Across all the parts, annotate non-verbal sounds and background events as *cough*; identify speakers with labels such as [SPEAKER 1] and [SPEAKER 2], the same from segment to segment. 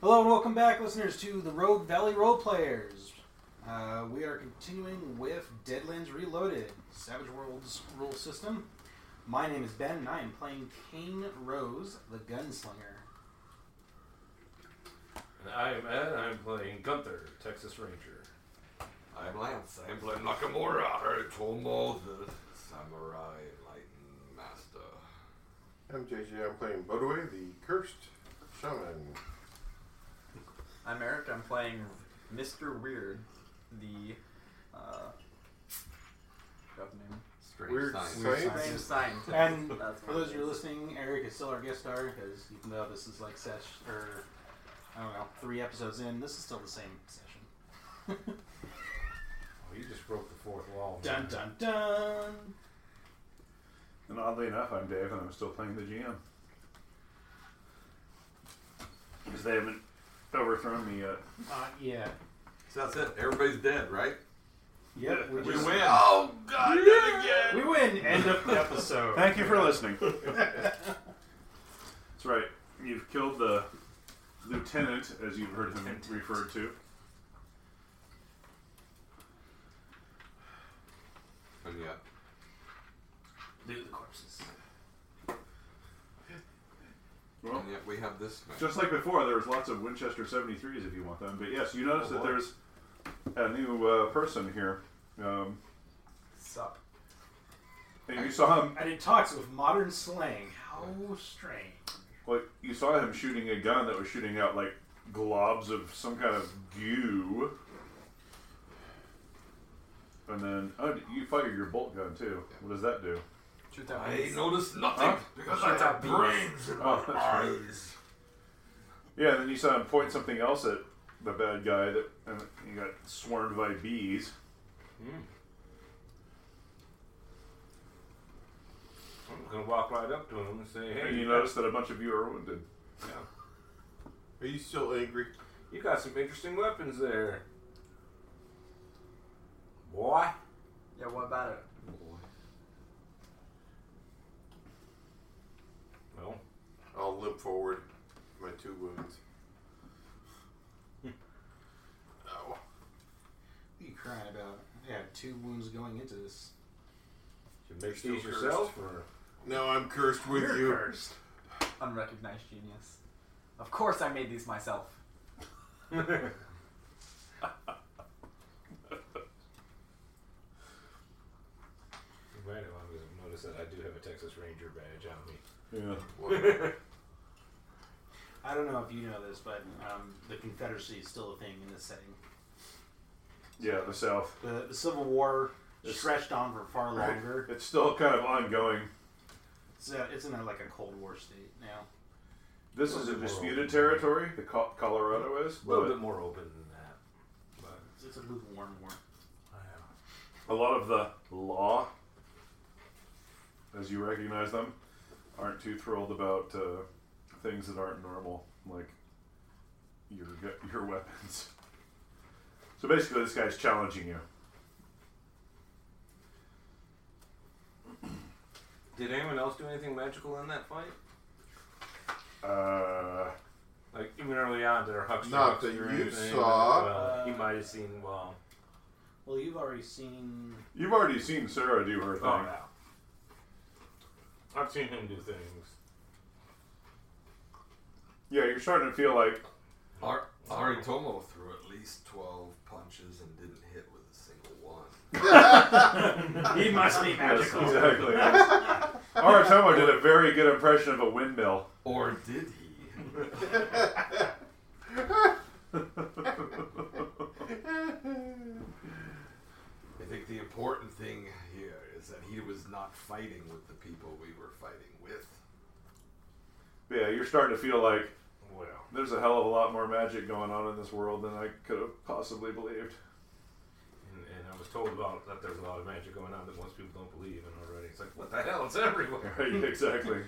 [SPEAKER 1] Hello and welcome back, listeners, to the Rogue Valley Role Players. Uh, we are continuing with Deadlands Reloaded, Savage Worlds rule system. My name is Ben, and I am playing Kane Rose, the Gunslinger.
[SPEAKER 2] And I'm Ed. I'm playing Gunther, Texas Ranger.
[SPEAKER 3] I'm Lance. I'm playing Nakamura, Tomo, the Samurai Enlightened Master.
[SPEAKER 4] I'm JJ. I'm playing Bodaway, the cursed shaman.
[SPEAKER 5] I'm Eric. I'm playing Mr. Weird, the uh, what's his name?
[SPEAKER 3] Strange
[SPEAKER 4] Weird
[SPEAKER 3] science.
[SPEAKER 4] science.
[SPEAKER 5] strange
[SPEAKER 1] *laughs*
[SPEAKER 5] scientist.
[SPEAKER 1] And
[SPEAKER 5] That's
[SPEAKER 1] for those of you listening, Eric is still our guest star because even though this is like sesh or I don't know three episodes in, this is still the same session.
[SPEAKER 2] Oh, you just broke the fourth wall.
[SPEAKER 1] dun dun dun.
[SPEAKER 6] And oddly enough, I'm Dave, and I'm still playing the GM. Because they haven't overthrown me yet.
[SPEAKER 1] Uh, yeah.
[SPEAKER 3] So that's it. Everybody's dead, right?
[SPEAKER 1] Yep. We,
[SPEAKER 3] We
[SPEAKER 1] just-
[SPEAKER 3] win. Oh God! Dead
[SPEAKER 1] We
[SPEAKER 3] again.
[SPEAKER 1] win. End of the episode.
[SPEAKER 6] Thank you
[SPEAKER 3] *laughs*
[SPEAKER 6] for listening. That's right. You've killed the lieutenant, as you've heard him referred to.
[SPEAKER 3] And yeah,
[SPEAKER 1] Loot the corpses.
[SPEAKER 6] Well,
[SPEAKER 3] and yet we have this man.
[SPEAKER 6] just like before, there's lots of Winchester 73s if you want them. But yes, you notice
[SPEAKER 3] Oh,
[SPEAKER 6] that
[SPEAKER 3] boy.
[SPEAKER 6] there's a new uh, person here. Um,
[SPEAKER 5] Sup.
[SPEAKER 6] and you saw him,
[SPEAKER 1] And it talks with modern slang. How strange.
[SPEAKER 6] like you saw him shooting a gun that was shooting out like globs of some kind of goo. And then, oh, you fired your bolt gun too. What does that do?
[SPEAKER 1] Shoot that
[SPEAKER 3] I
[SPEAKER 1] beast.
[SPEAKER 3] noticed nothing
[SPEAKER 6] Huh?
[SPEAKER 3] because I have brains in my
[SPEAKER 6] Oh, that's right.
[SPEAKER 3] eyes.
[SPEAKER 6] Yeah, and then you saw him point something else at the bad guy that and he got swarmed by bees.
[SPEAKER 2] Hmm. I'm gonna walk right up to him and say, "Hey,
[SPEAKER 6] And you
[SPEAKER 2] you
[SPEAKER 6] notice that a bunch of you are wounded.
[SPEAKER 2] got, yeah,
[SPEAKER 4] Are you still angry?
[SPEAKER 2] you got some interesting weapons there, boy."
[SPEAKER 5] Yeah, what about it?
[SPEAKER 2] Well,
[SPEAKER 4] I'll limp forward. My two wounds.
[SPEAKER 3] No.
[SPEAKER 1] What are you crying about? I had two wounds going into this.
[SPEAKER 2] you make
[SPEAKER 3] Still
[SPEAKER 2] these yourself, *laughs* or
[SPEAKER 4] No, I'm cursed with you.
[SPEAKER 1] cursed.
[SPEAKER 5] Unrecognized genius. Of course, I made these myself.
[SPEAKER 2] you might have obviously noticed that I do have a Texas Ranger badge on *laughs* me.
[SPEAKER 6] Yeah.
[SPEAKER 2] *laughs*
[SPEAKER 1] I don't know if you know this, but um, the Confederacy is still a thing in this setting.
[SPEAKER 6] Yeah, the South.
[SPEAKER 1] The, the Civil War
[SPEAKER 6] It's-
[SPEAKER 1] stretched on for far longer.
[SPEAKER 6] It's still kind of ongoing.
[SPEAKER 1] It's, uh, it's in a, like a Cold War state now.
[SPEAKER 6] This is a disputed territory. The Co- Colorado is,
[SPEAKER 2] A little
[SPEAKER 6] but
[SPEAKER 2] bit more open than that, but
[SPEAKER 1] It's, it's a lukewarm war.
[SPEAKER 2] I uh,
[SPEAKER 6] a lot of the law, as you recognize them, aren't too thrilled about uh, things that aren't normal, like your gu- your *laughs* weapons. So basically, this guy's challenging you.
[SPEAKER 2] did anyone else do anything magical in that fight?
[SPEAKER 6] Uh,
[SPEAKER 2] Like even early on, did our huckster
[SPEAKER 4] Not that
[SPEAKER 2] huckster or
[SPEAKER 4] you
[SPEAKER 2] anything?
[SPEAKER 4] saw.
[SPEAKER 2] Well, he might have seen. Well,
[SPEAKER 1] Well, you've already seen.
[SPEAKER 6] you've already seen Sarah do her thing.
[SPEAKER 2] Oh, no. I've seen him do *laughs* things.
[SPEAKER 6] Yeah, you're starting to feel like
[SPEAKER 3] Ar- Aritomo threw at least twelve punches and didn't hit with a single one.
[SPEAKER 1] he must be
[SPEAKER 6] yes,
[SPEAKER 1] magical.
[SPEAKER 6] exactly. *laughs* Aratomo did a very good impression of a windmill. *laughs*
[SPEAKER 3] Or did he? I think the important thing here is that he was not fighting with the people we were fighting with.
[SPEAKER 6] Yeah, you're starting to feel like
[SPEAKER 2] Well,
[SPEAKER 6] there's a hell of a lot more magic going on in this world than I could have possibly believed. *laughs*
[SPEAKER 2] and, and I was told about that there's a lot of magic going on that most people don't believe in already. It's like, what the hell? It's everywhere.
[SPEAKER 6] *laughs* Right, exactly.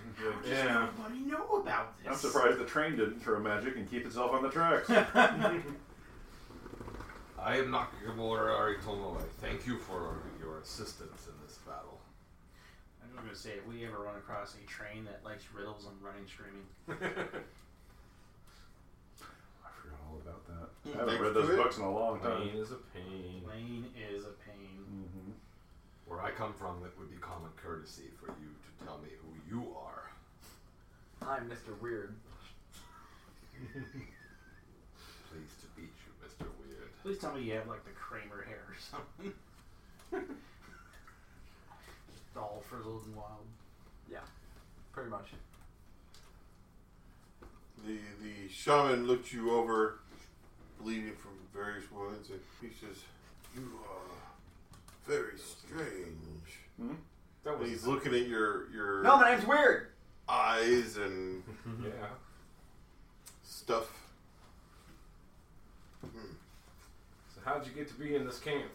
[SPEAKER 6] Yeah.
[SPEAKER 2] Yeah.
[SPEAKER 1] Nobody know about this.
[SPEAKER 6] I'm surprised the train didn't throw magic and keep itself on the *laughs* tracks.
[SPEAKER 3] I am Nakamura Aritomo. I thank you for your assistance in this battle.
[SPEAKER 1] I'm just gonna say, if we ever run across a train that likes riddles, I'm running screaming.
[SPEAKER 6] I I haven't read
[SPEAKER 4] Hmm. Next
[SPEAKER 6] those
[SPEAKER 4] to it.
[SPEAKER 6] books in a long time.
[SPEAKER 2] Pain is a pain.
[SPEAKER 1] Lane is a pain.
[SPEAKER 6] Mm-hmm.
[SPEAKER 3] Where I come from, it would be common courtesy for you to tell me who you are.
[SPEAKER 5] I'm Mr. Weird.
[SPEAKER 3] Pleased to meet you, Mr. Weird.
[SPEAKER 1] Please tell me you have like the Kramer hair or something. *laughs* Just all frizzled and wild.
[SPEAKER 5] Pretty much.
[SPEAKER 4] The the shaman looked you over, bleeding from various wounds, and he says, "You are very strange."
[SPEAKER 2] That
[SPEAKER 4] And
[SPEAKER 2] was
[SPEAKER 4] he's looking at your your
[SPEAKER 5] No, my name's Weird!
[SPEAKER 4] eyes and
[SPEAKER 2] yeah.
[SPEAKER 4] stuff.
[SPEAKER 2] So how'd you get to be in this camp?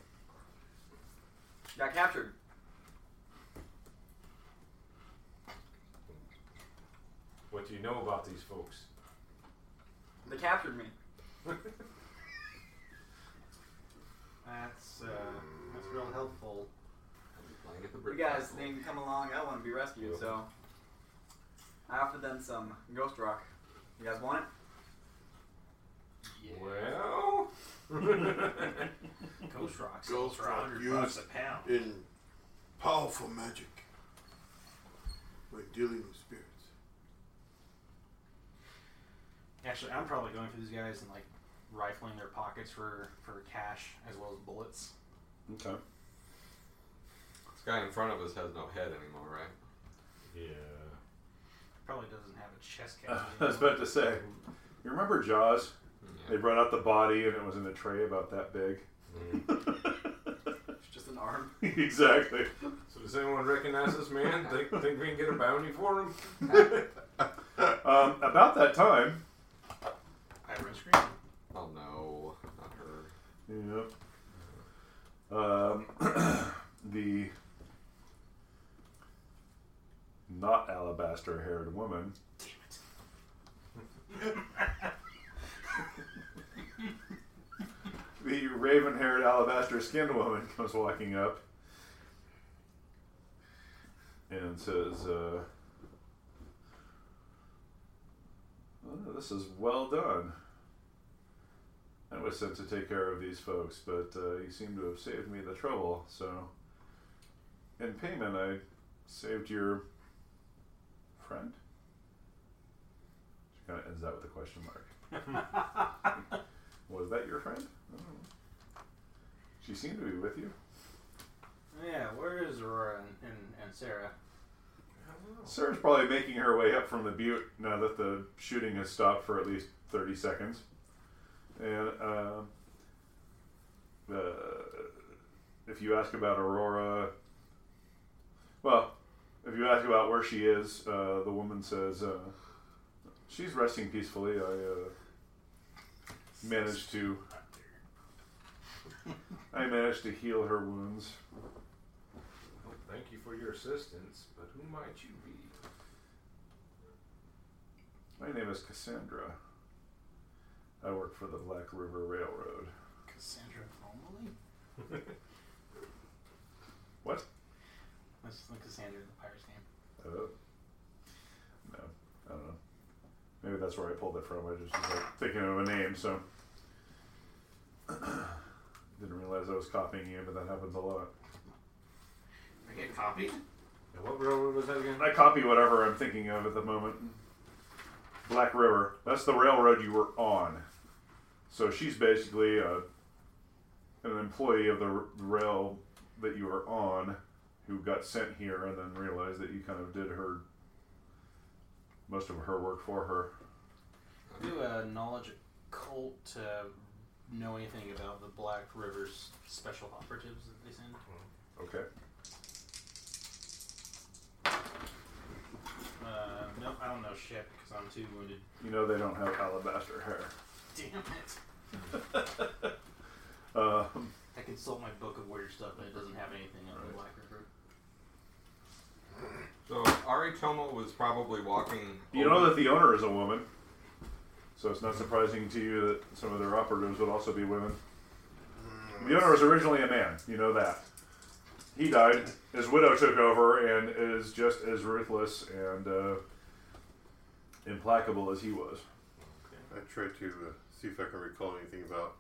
[SPEAKER 5] Got captured.
[SPEAKER 2] What do you know about these folks?
[SPEAKER 5] They captured me.
[SPEAKER 1] That's uh, that's real helpful.
[SPEAKER 3] I'll be playing at the
[SPEAKER 5] You
[SPEAKER 3] brick
[SPEAKER 5] guys
[SPEAKER 3] Festival.
[SPEAKER 5] didn't come along. I want to be rescued, so I offered them some ghost rock. You guys want it?
[SPEAKER 2] Well, *laughs*
[SPEAKER 1] Ghost rocks.
[SPEAKER 4] Ghost
[SPEAKER 1] for
[SPEAKER 4] rock
[SPEAKER 1] 100
[SPEAKER 4] used
[SPEAKER 1] bucks a pound.
[SPEAKER 4] in powerful magic when dealing with spirits.
[SPEAKER 1] Actually, I'm probably going through these guys and like rifling their pockets for for cash as well as bullets.
[SPEAKER 6] Okay.
[SPEAKER 3] This guy in front of us has no head anymore, right?
[SPEAKER 2] yeah.
[SPEAKER 1] Probably doesn't have a chest
[SPEAKER 6] *laughs* I
[SPEAKER 1] cavity.
[SPEAKER 6] was about to say, you remember Jaws? They
[SPEAKER 3] Yeah.
[SPEAKER 6] brought out the body and it was in a tray about that big.
[SPEAKER 4] Hmm.
[SPEAKER 5] It's just an arm.
[SPEAKER 6] *laughs* exactly.
[SPEAKER 2] So does anyone recognize this man? think, think we can get a bounty for him?
[SPEAKER 6] Um, about that time.
[SPEAKER 1] I run screen.
[SPEAKER 3] Oh no, not her.
[SPEAKER 6] Yep. Um, *clears throat* the not alabaster haired woman
[SPEAKER 1] Damn it.
[SPEAKER 6] the raven haired alabaster skinned woman comes walking up and says, uh, "Oh, This is well done. I was sent to take care of these folks, but uh, you seem to have saved me the trouble, so in payment, I saved your friend. She kind of ends that with a question mark. Was that your friend? I don't know. She seemed to be with you.
[SPEAKER 1] Yeah, where is Aurora and, and, and Sarah?
[SPEAKER 6] Sarah's probably making her way up from the butte now that the shooting has stopped for at least 30 seconds. And uh, uh, if you ask about Aurora, well, if you ask about where she is, uh, the woman says uh, she's resting peacefully. I uh, managed to. I managed to heal her wounds.
[SPEAKER 2] Well, thank you for your assistance, but who might you be?
[SPEAKER 6] My name is Cassandra. I work for the Black River Railroad.
[SPEAKER 1] Cassandra Romilly?
[SPEAKER 6] *laughs* What?
[SPEAKER 1] That's the Cassandra, the pirate's name.
[SPEAKER 6] Uh, no, I don't know. Maybe that's where I pulled it from. I just was like thinking of a name, so *clears throat* didn't realize I was copying you, but that happens a lot.
[SPEAKER 1] I get copied?
[SPEAKER 2] And what railroad was that again?
[SPEAKER 6] I copy whatever I'm thinking of at the moment. Black River. That's the railroad you were on. So she's basically a, an employee of the r- rail that you were on who got sent here and then realized that you kind of did her most of her work for her.
[SPEAKER 1] Do a knowledge occult uh, know anything about the Black River's special operatives that they send?
[SPEAKER 6] Okay.
[SPEAKER 1] Uh, no, I don't know shit because I'm too wounded.
[SPEAKER 6] You know they don't have alabaster hair.
[SPEAKER 1] Damn it!
[SPEAKER 6] Um,
[SPEAKER 1] I consult my book of weird stuff, but it doesn't have anything on the
[SPEAKER 6] Right.
[SPEAKER 1] Black River.
[SPEAKER 3] So Ari Tomo was probably walking.
[SPEAKER 6] you know that the owner is a woman, so it's not surprising to you that some of their operatives would also be women. The owner was originally a man. You know that. He died. His widow took over and is just as ruthless and uh, implacable as he was.
[SPEAKER 4] I tried to uh, see if I can recall anything about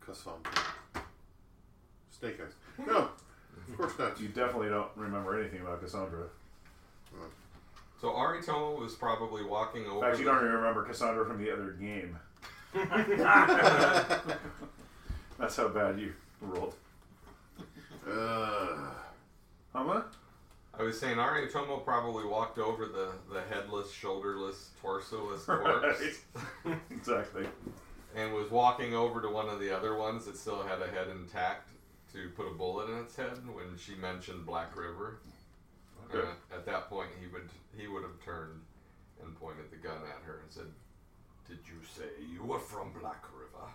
[SPEAKER 4] Cassandra. Snake eyes. No, of course not.
[SPEAKER 6] You definitely don't remember anything about Cassandra.
[SPEAKER 3] So Aritomo was probably walking
[SPEAKER 6] In
[SPEAKER 3] over.
[SPEAKER 6] fact, you don't
[SPEAKER 3] the-
[SPEAKER 6] even remember Cassandra from the other game. That's how bad you rolled.
[SPEAKER 4] Uh,
[SPEAKER 6] How much?
[SPEAKER 3] I was saying Aritomo probably walked over the, the headless, shoulderless,
[SPEAKER 6] *laughs*
[SPEAKER 3] torsoless corpse
[SPEAKER 6] Exactly.
[SPEAKER 3] and was walking over to one of the other ones that still had a head intact to put a bullet in its head when she mentioned Black River.
[SPEAKER 6] Okay.
[SPEAKER 3] Uh, at that point, he would he would have turned and pointed the gun at her and said, "Did you say you were from Black River?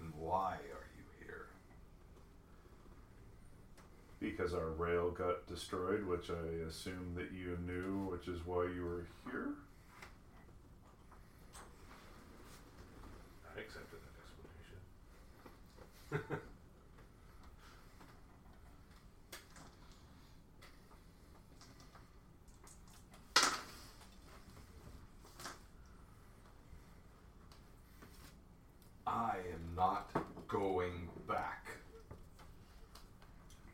[SPEAKER 3] And why are you here?"
[SPEAKER 6] Because our rail got destroyed, which I assume that you knew, which is why you were here.
[SPEAKER 2] I accepted that explanation.
[SPEAKER 3] I am not going back.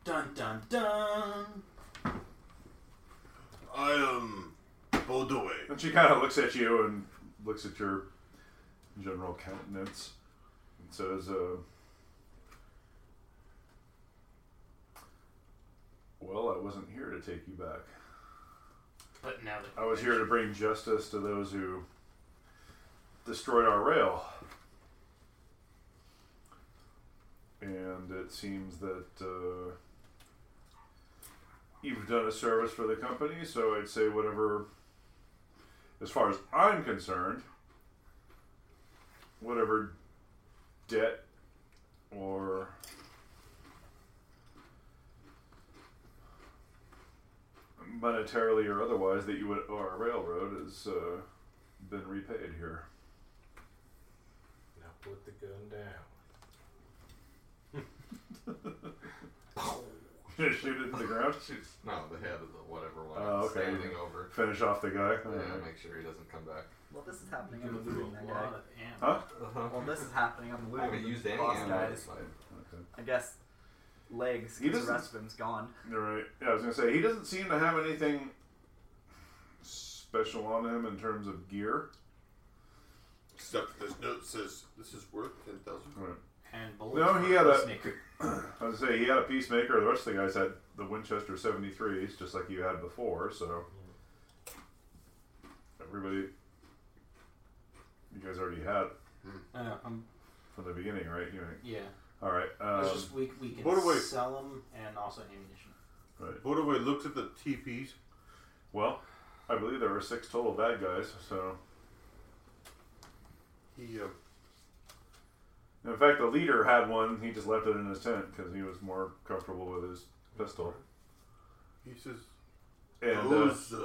[SPEAKER 1] Dun dun dun.
[SPEAKER 4] I am Bodoe.
[SPEAKER 6] And she kind of looks at you and looks at your general countenance and says, uh, Well, I wasn't here to take you back.
[SPEAKER 7] But now that
[SPEAKER 6] I was here to bring justice to those who destroyed our rail. And it seems that uh, you've done a service for the company, so I'd say whatever, as far as I'm concerned, whatever debt or monetarily or otherwise that you would owe our railroad has uh, been repaid here. *laughs*
[SPEAKER 2] Now put the gun down.
[SPEAKER 6] Shoot it into the ground.
[SPEAKER 3] She's no the head of the whatever one
[SPEAKER 6] Oh,
[SPEAKER 3] I'm
[SPEAKER 6] okay.
[SPEAKER 3] standing over.
[SPEAKER 6] Finish off the guy.
[SPEAKER 3] Yeah,
[SPEAKER 6] Alright.
[SPEAKER 3] make sure he doesn't come back. Uh-huh.
[SPEAKER 5] Well, this is happening.
[SPEAKER 1] Go
[SPEAKER 5] I'm
[SPEAKER 1] through
[SPEAKER 5] looting that
[SPEAKER 1] a
[SPEAKER 5] guy.
[SPEAKER 1] lot of ammo.
[SPEAKER 6] Huh?
[SPEAKER 5] Well, this is happening. I'm
[SPEAKER 3] I haven't
[SPEAKER 5] looting
[SPEAKER 3] used
[SPEAKER 5] the
[SPEAKER 3] any
[SPEAKER 5] boss
[SPEAKER 3] ammo.
[SPEAKER 5] guys.
[SPEAKER 3] It's fine.
[SPEAKER 5] I guess legs.
[SPEAKER 6] He
[SPEAKER 5] Because the
[SPEAKER 6] doesn't-
[SPEAKER 5] rest of him's gone.
[SPEAKER 6] All right. Yeah, I was gonna say he doesn't seem to have anything special on him in terms of gear.
[SPEAKER 4] Except this note says this is worth ten thousand.
[SPEAKER 6] All right.
[SPEAKER 1] And bullets
[SPEAKER 6] No, he
[SPEAKER 1] for
[SPEAKER 6] had a- *laughs*
[SPEAKER 1] peacemaker.
[SPEAKER 6] I was gonna say he had a peacemaker. The rest of the guys had the Winchester 73s, just like you had before. So everybody, you guys already had
[SPEAKER 1] No, no, I'm-
[SPEAKER 6] from the beginning, right? You ain't-
[SPEAKER 1] yeah.
[SPEAKER 6] all right.
[SPEAKER 1] It's
[SPEAKER 6] Um,
[SPEAKER 1] just we, we can
[SPEAKER 4] what do we-
[SPEAKER 1] sell them and also ammunition.
[SPEAKER 6] right.
[SPEAKER 4] Bodoe looked at the TPs.
[SPEAKER 6] Well, I believe there were six total bad guys. So
[SPEAKER 4] He uh,
[SPEAKER 6] in fact, the leader had one. He just left it in his tent because he was more comfortable with his pistol.
[SPEAKER 4] he says
[SPEAKER 6] And uh,
[SPEAKER 4] those uh,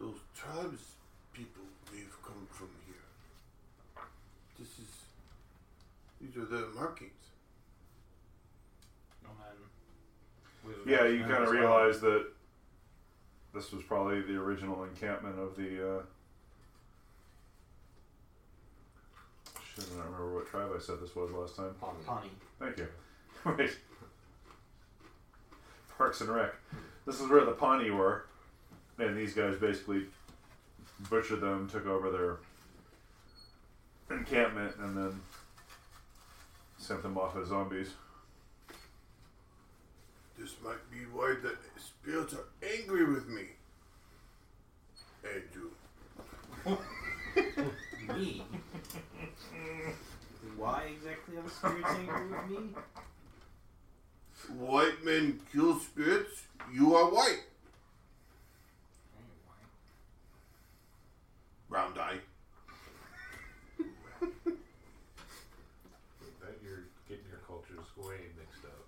[SPEAKER 4] those tribes people we've come from here. This is these are their markings.
[SPEAKER 1] And then we would
[SPEAKER 6] yeah,
[SPEAKER 1] watch
[SPEAKER 6] you
[SPEAKER 1] them
[SPEAKER 6] kind of
[SPEAKER 1] as well.
[SPEAKER 6] realize that this was probably the original encampment of the. Uh, shit, I don't remember what tribe I said this was last time.
[SPEAKER 3] Pawnee.
[SPEAKER 1] Pawnee.
[SPEAKER 6] Thank you. *laughs* Wait. Parks and Rec. This is where the Pawnee were, and these guys basically butchered them, took over their encampment, and then sent them off as zombies.
[SPEAKER 4] This might be why the spirits are angry with me. And you.
[SPEAKER 1] Me. Why exactly are the spirits angry with me?
[SPEAKER 4] White men kill spirits, you are white. Round eye.
[SPEAKER 2] That you're getting your cultures way mixed up.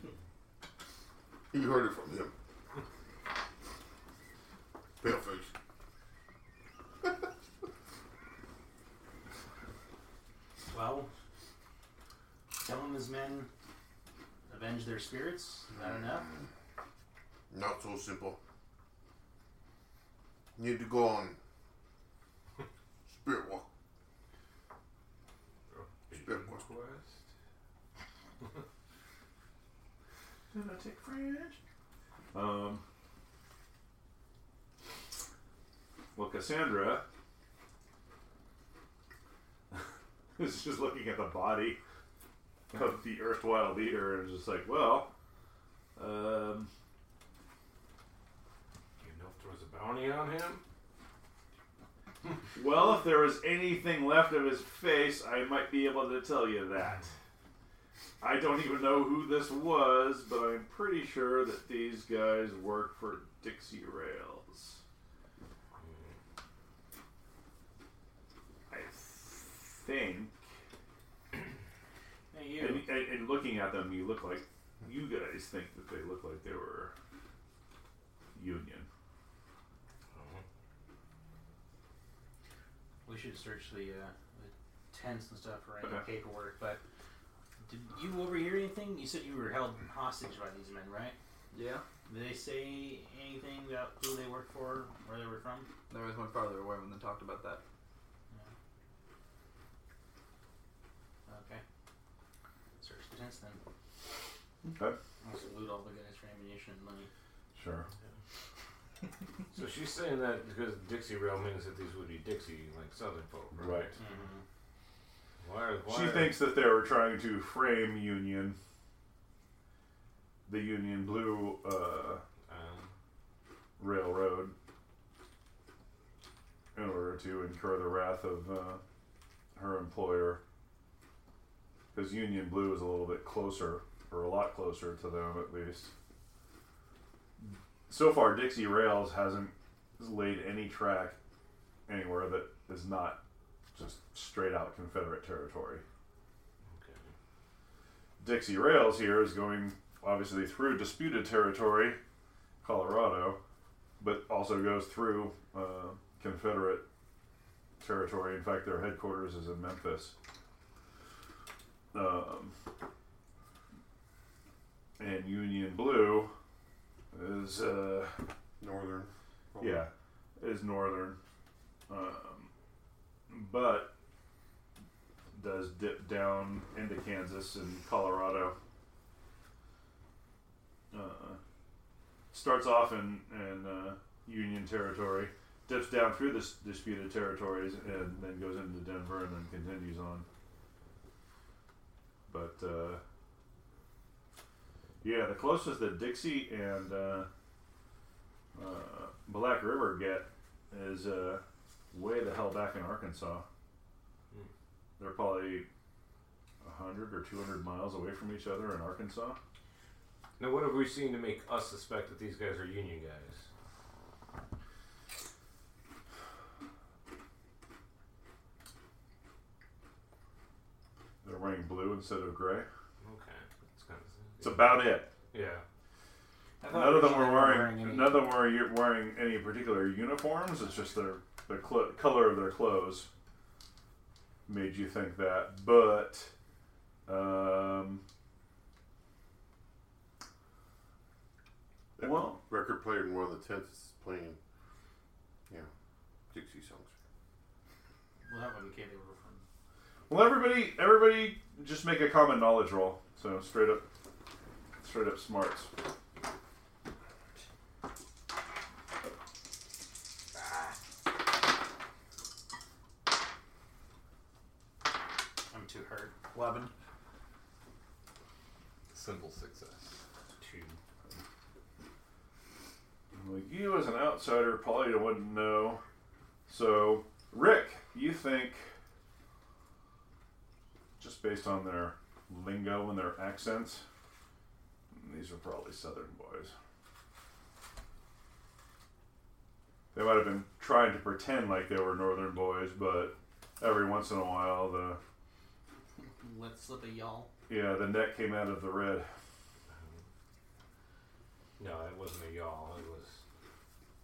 [SPEAKER 4] *laughs* You heard it from
[SPEAKER 6] *laughs*
[SPEAKER 4] him. Pale face.
[SPEAKER 1] Well, telling his men avenge their spirits. Is that enough?
[SPEAKER 4] Not so simple. Need to go on. Spirit walk. Spirit walk.
[SPEAKER 2] Lunatic French.
[SPEAKER 6] Um, well, Cassandra *laughs* is just looking at the body of the erstwhile leader and is just like, well, um,
[SPEAKER 2] You know if there was a bounty on him?
[SPEAKER 6] well, if there was anything left of his face, I might be able to tell you that. I don't even know who this was, but I'm pretty sure that these guys work for Dixie Rails. I think.
[SPEAKER 1] Hey, you.
[SPEAKER 6] And, and, and looking at them, you look like you guys think that they look like they were Union.
[SPEAKER 1] We should search the, uh, the tents and stuff for any
[SPEAKER 6] Okay.
[SPEAKER 1] paperwork. But did you overhear anything? You said you were held hostage by these men, right?
[SPEAKER 5] Yeah.
[SPEAKER 1] Did they say anything about who they worked for, where they were from?
[SPEAKER 5] There was one farther away when they talked about that.
[SPEAKER 1] Okay. Search the tents then.
[SPEAKER 6] Okay.
[SPEAKER 1] Also loot all the guys for ammunition and money.
[SPEAKER 6] Sure.
[SPEAKER 2] So she's saying that because Dixie Rail means that these would be Dixie, like Southern folk, right?
[SPEAKER 6] Right.
[SPEAKER 2] Why, are- why
[SPEAKER 6] She
[SPEAKER 2] are-
[SPEAKER 6] thinks that they were trying to frame Union, the Union Blue uh,
[SPEAKER 2] Um,
[SPEAKER 6] Railroad, in order to incur the wrath of uh, her employer. Because Union Blue is a little bit closer, or a lot closer to them at least. So far, Dixie Rails hasn't laid any track anywhere that is not just straight out Confederate territory.
[SPEAKER 2] okay.
[SPEAKER 6] Dixie Rails here is going obviously through disputed territory, Colorado, but also goes through uh, Confederate territory. In fact, their headquarters is in Memphis. Um, and Union Blue is. Uh,
[SPEAKER 4] Northern.
[SPEAKER 6] yeah, is northern, um, but does dip down into Kansas and Colorado. Uh, starts off in in uh, Union territory, dips down through this disputed territories, and then goes into Denver, and then continues on. But uh, yeah, the closest that Dixie and uh, uh, Black River get is uh, way the hell back in Arkansas.
[SPEAKER 2] Hmm.
[SPEAKER 6] They're probably 100 or 200 miles away from each other in Arkansas.
[SPEAKER 2] Now, what have we seen to make us suspect that these guys are Union guys?
[SPEAKER 6] They're wearing blue instead of gray.
[SPEAKER 2] Okay, that's kind
[SPEAKER 6] It's
[SPEAKER 2] of
[SPEAKER 6] about it.
[SPEAKER 2] yeah.
[SPEAKER 1] Mm-hmm.
[SPEAKER 6] None of them were wearing,
[SPEAKER 1] any-
[SPEAKER 6] none of them were u- wearing any particular uniforms. It's just their the cl- color of their clothes made you think that. But um,
[SPEAKER 4] That
[SPEAKER 6] well,
[SPEAKER 4] Record player in one of the tents is playing, yeah, Dixie songs.
[SPEAKER 1] Well, that wouldn't care they were from.
[SPEAKER 6] Well, everybody, everybody, just make a common knowledge roll. So straight up, straight up smarts.
[SPEAKER 1] I'm too hurt.
[SPEAKER 5] Eleven.
[SPEAKER 3] Simple success.
[SPEAKER 2] Two.
[SPEAKER 6] I'm like you, as an outsider, probably wouldn't know. So, Rick, you think, just based on their lingo and their accents, these are probably Southern boys. They might have been trying to pretend like they were Northern boys, but every once in a while, the
[SPEAKER 1] Let's slip a y'all.
[SPEAKER 6] yeah, the neck came out of the red.
[SPEAKER 2] No, that wasn't a y'all. It was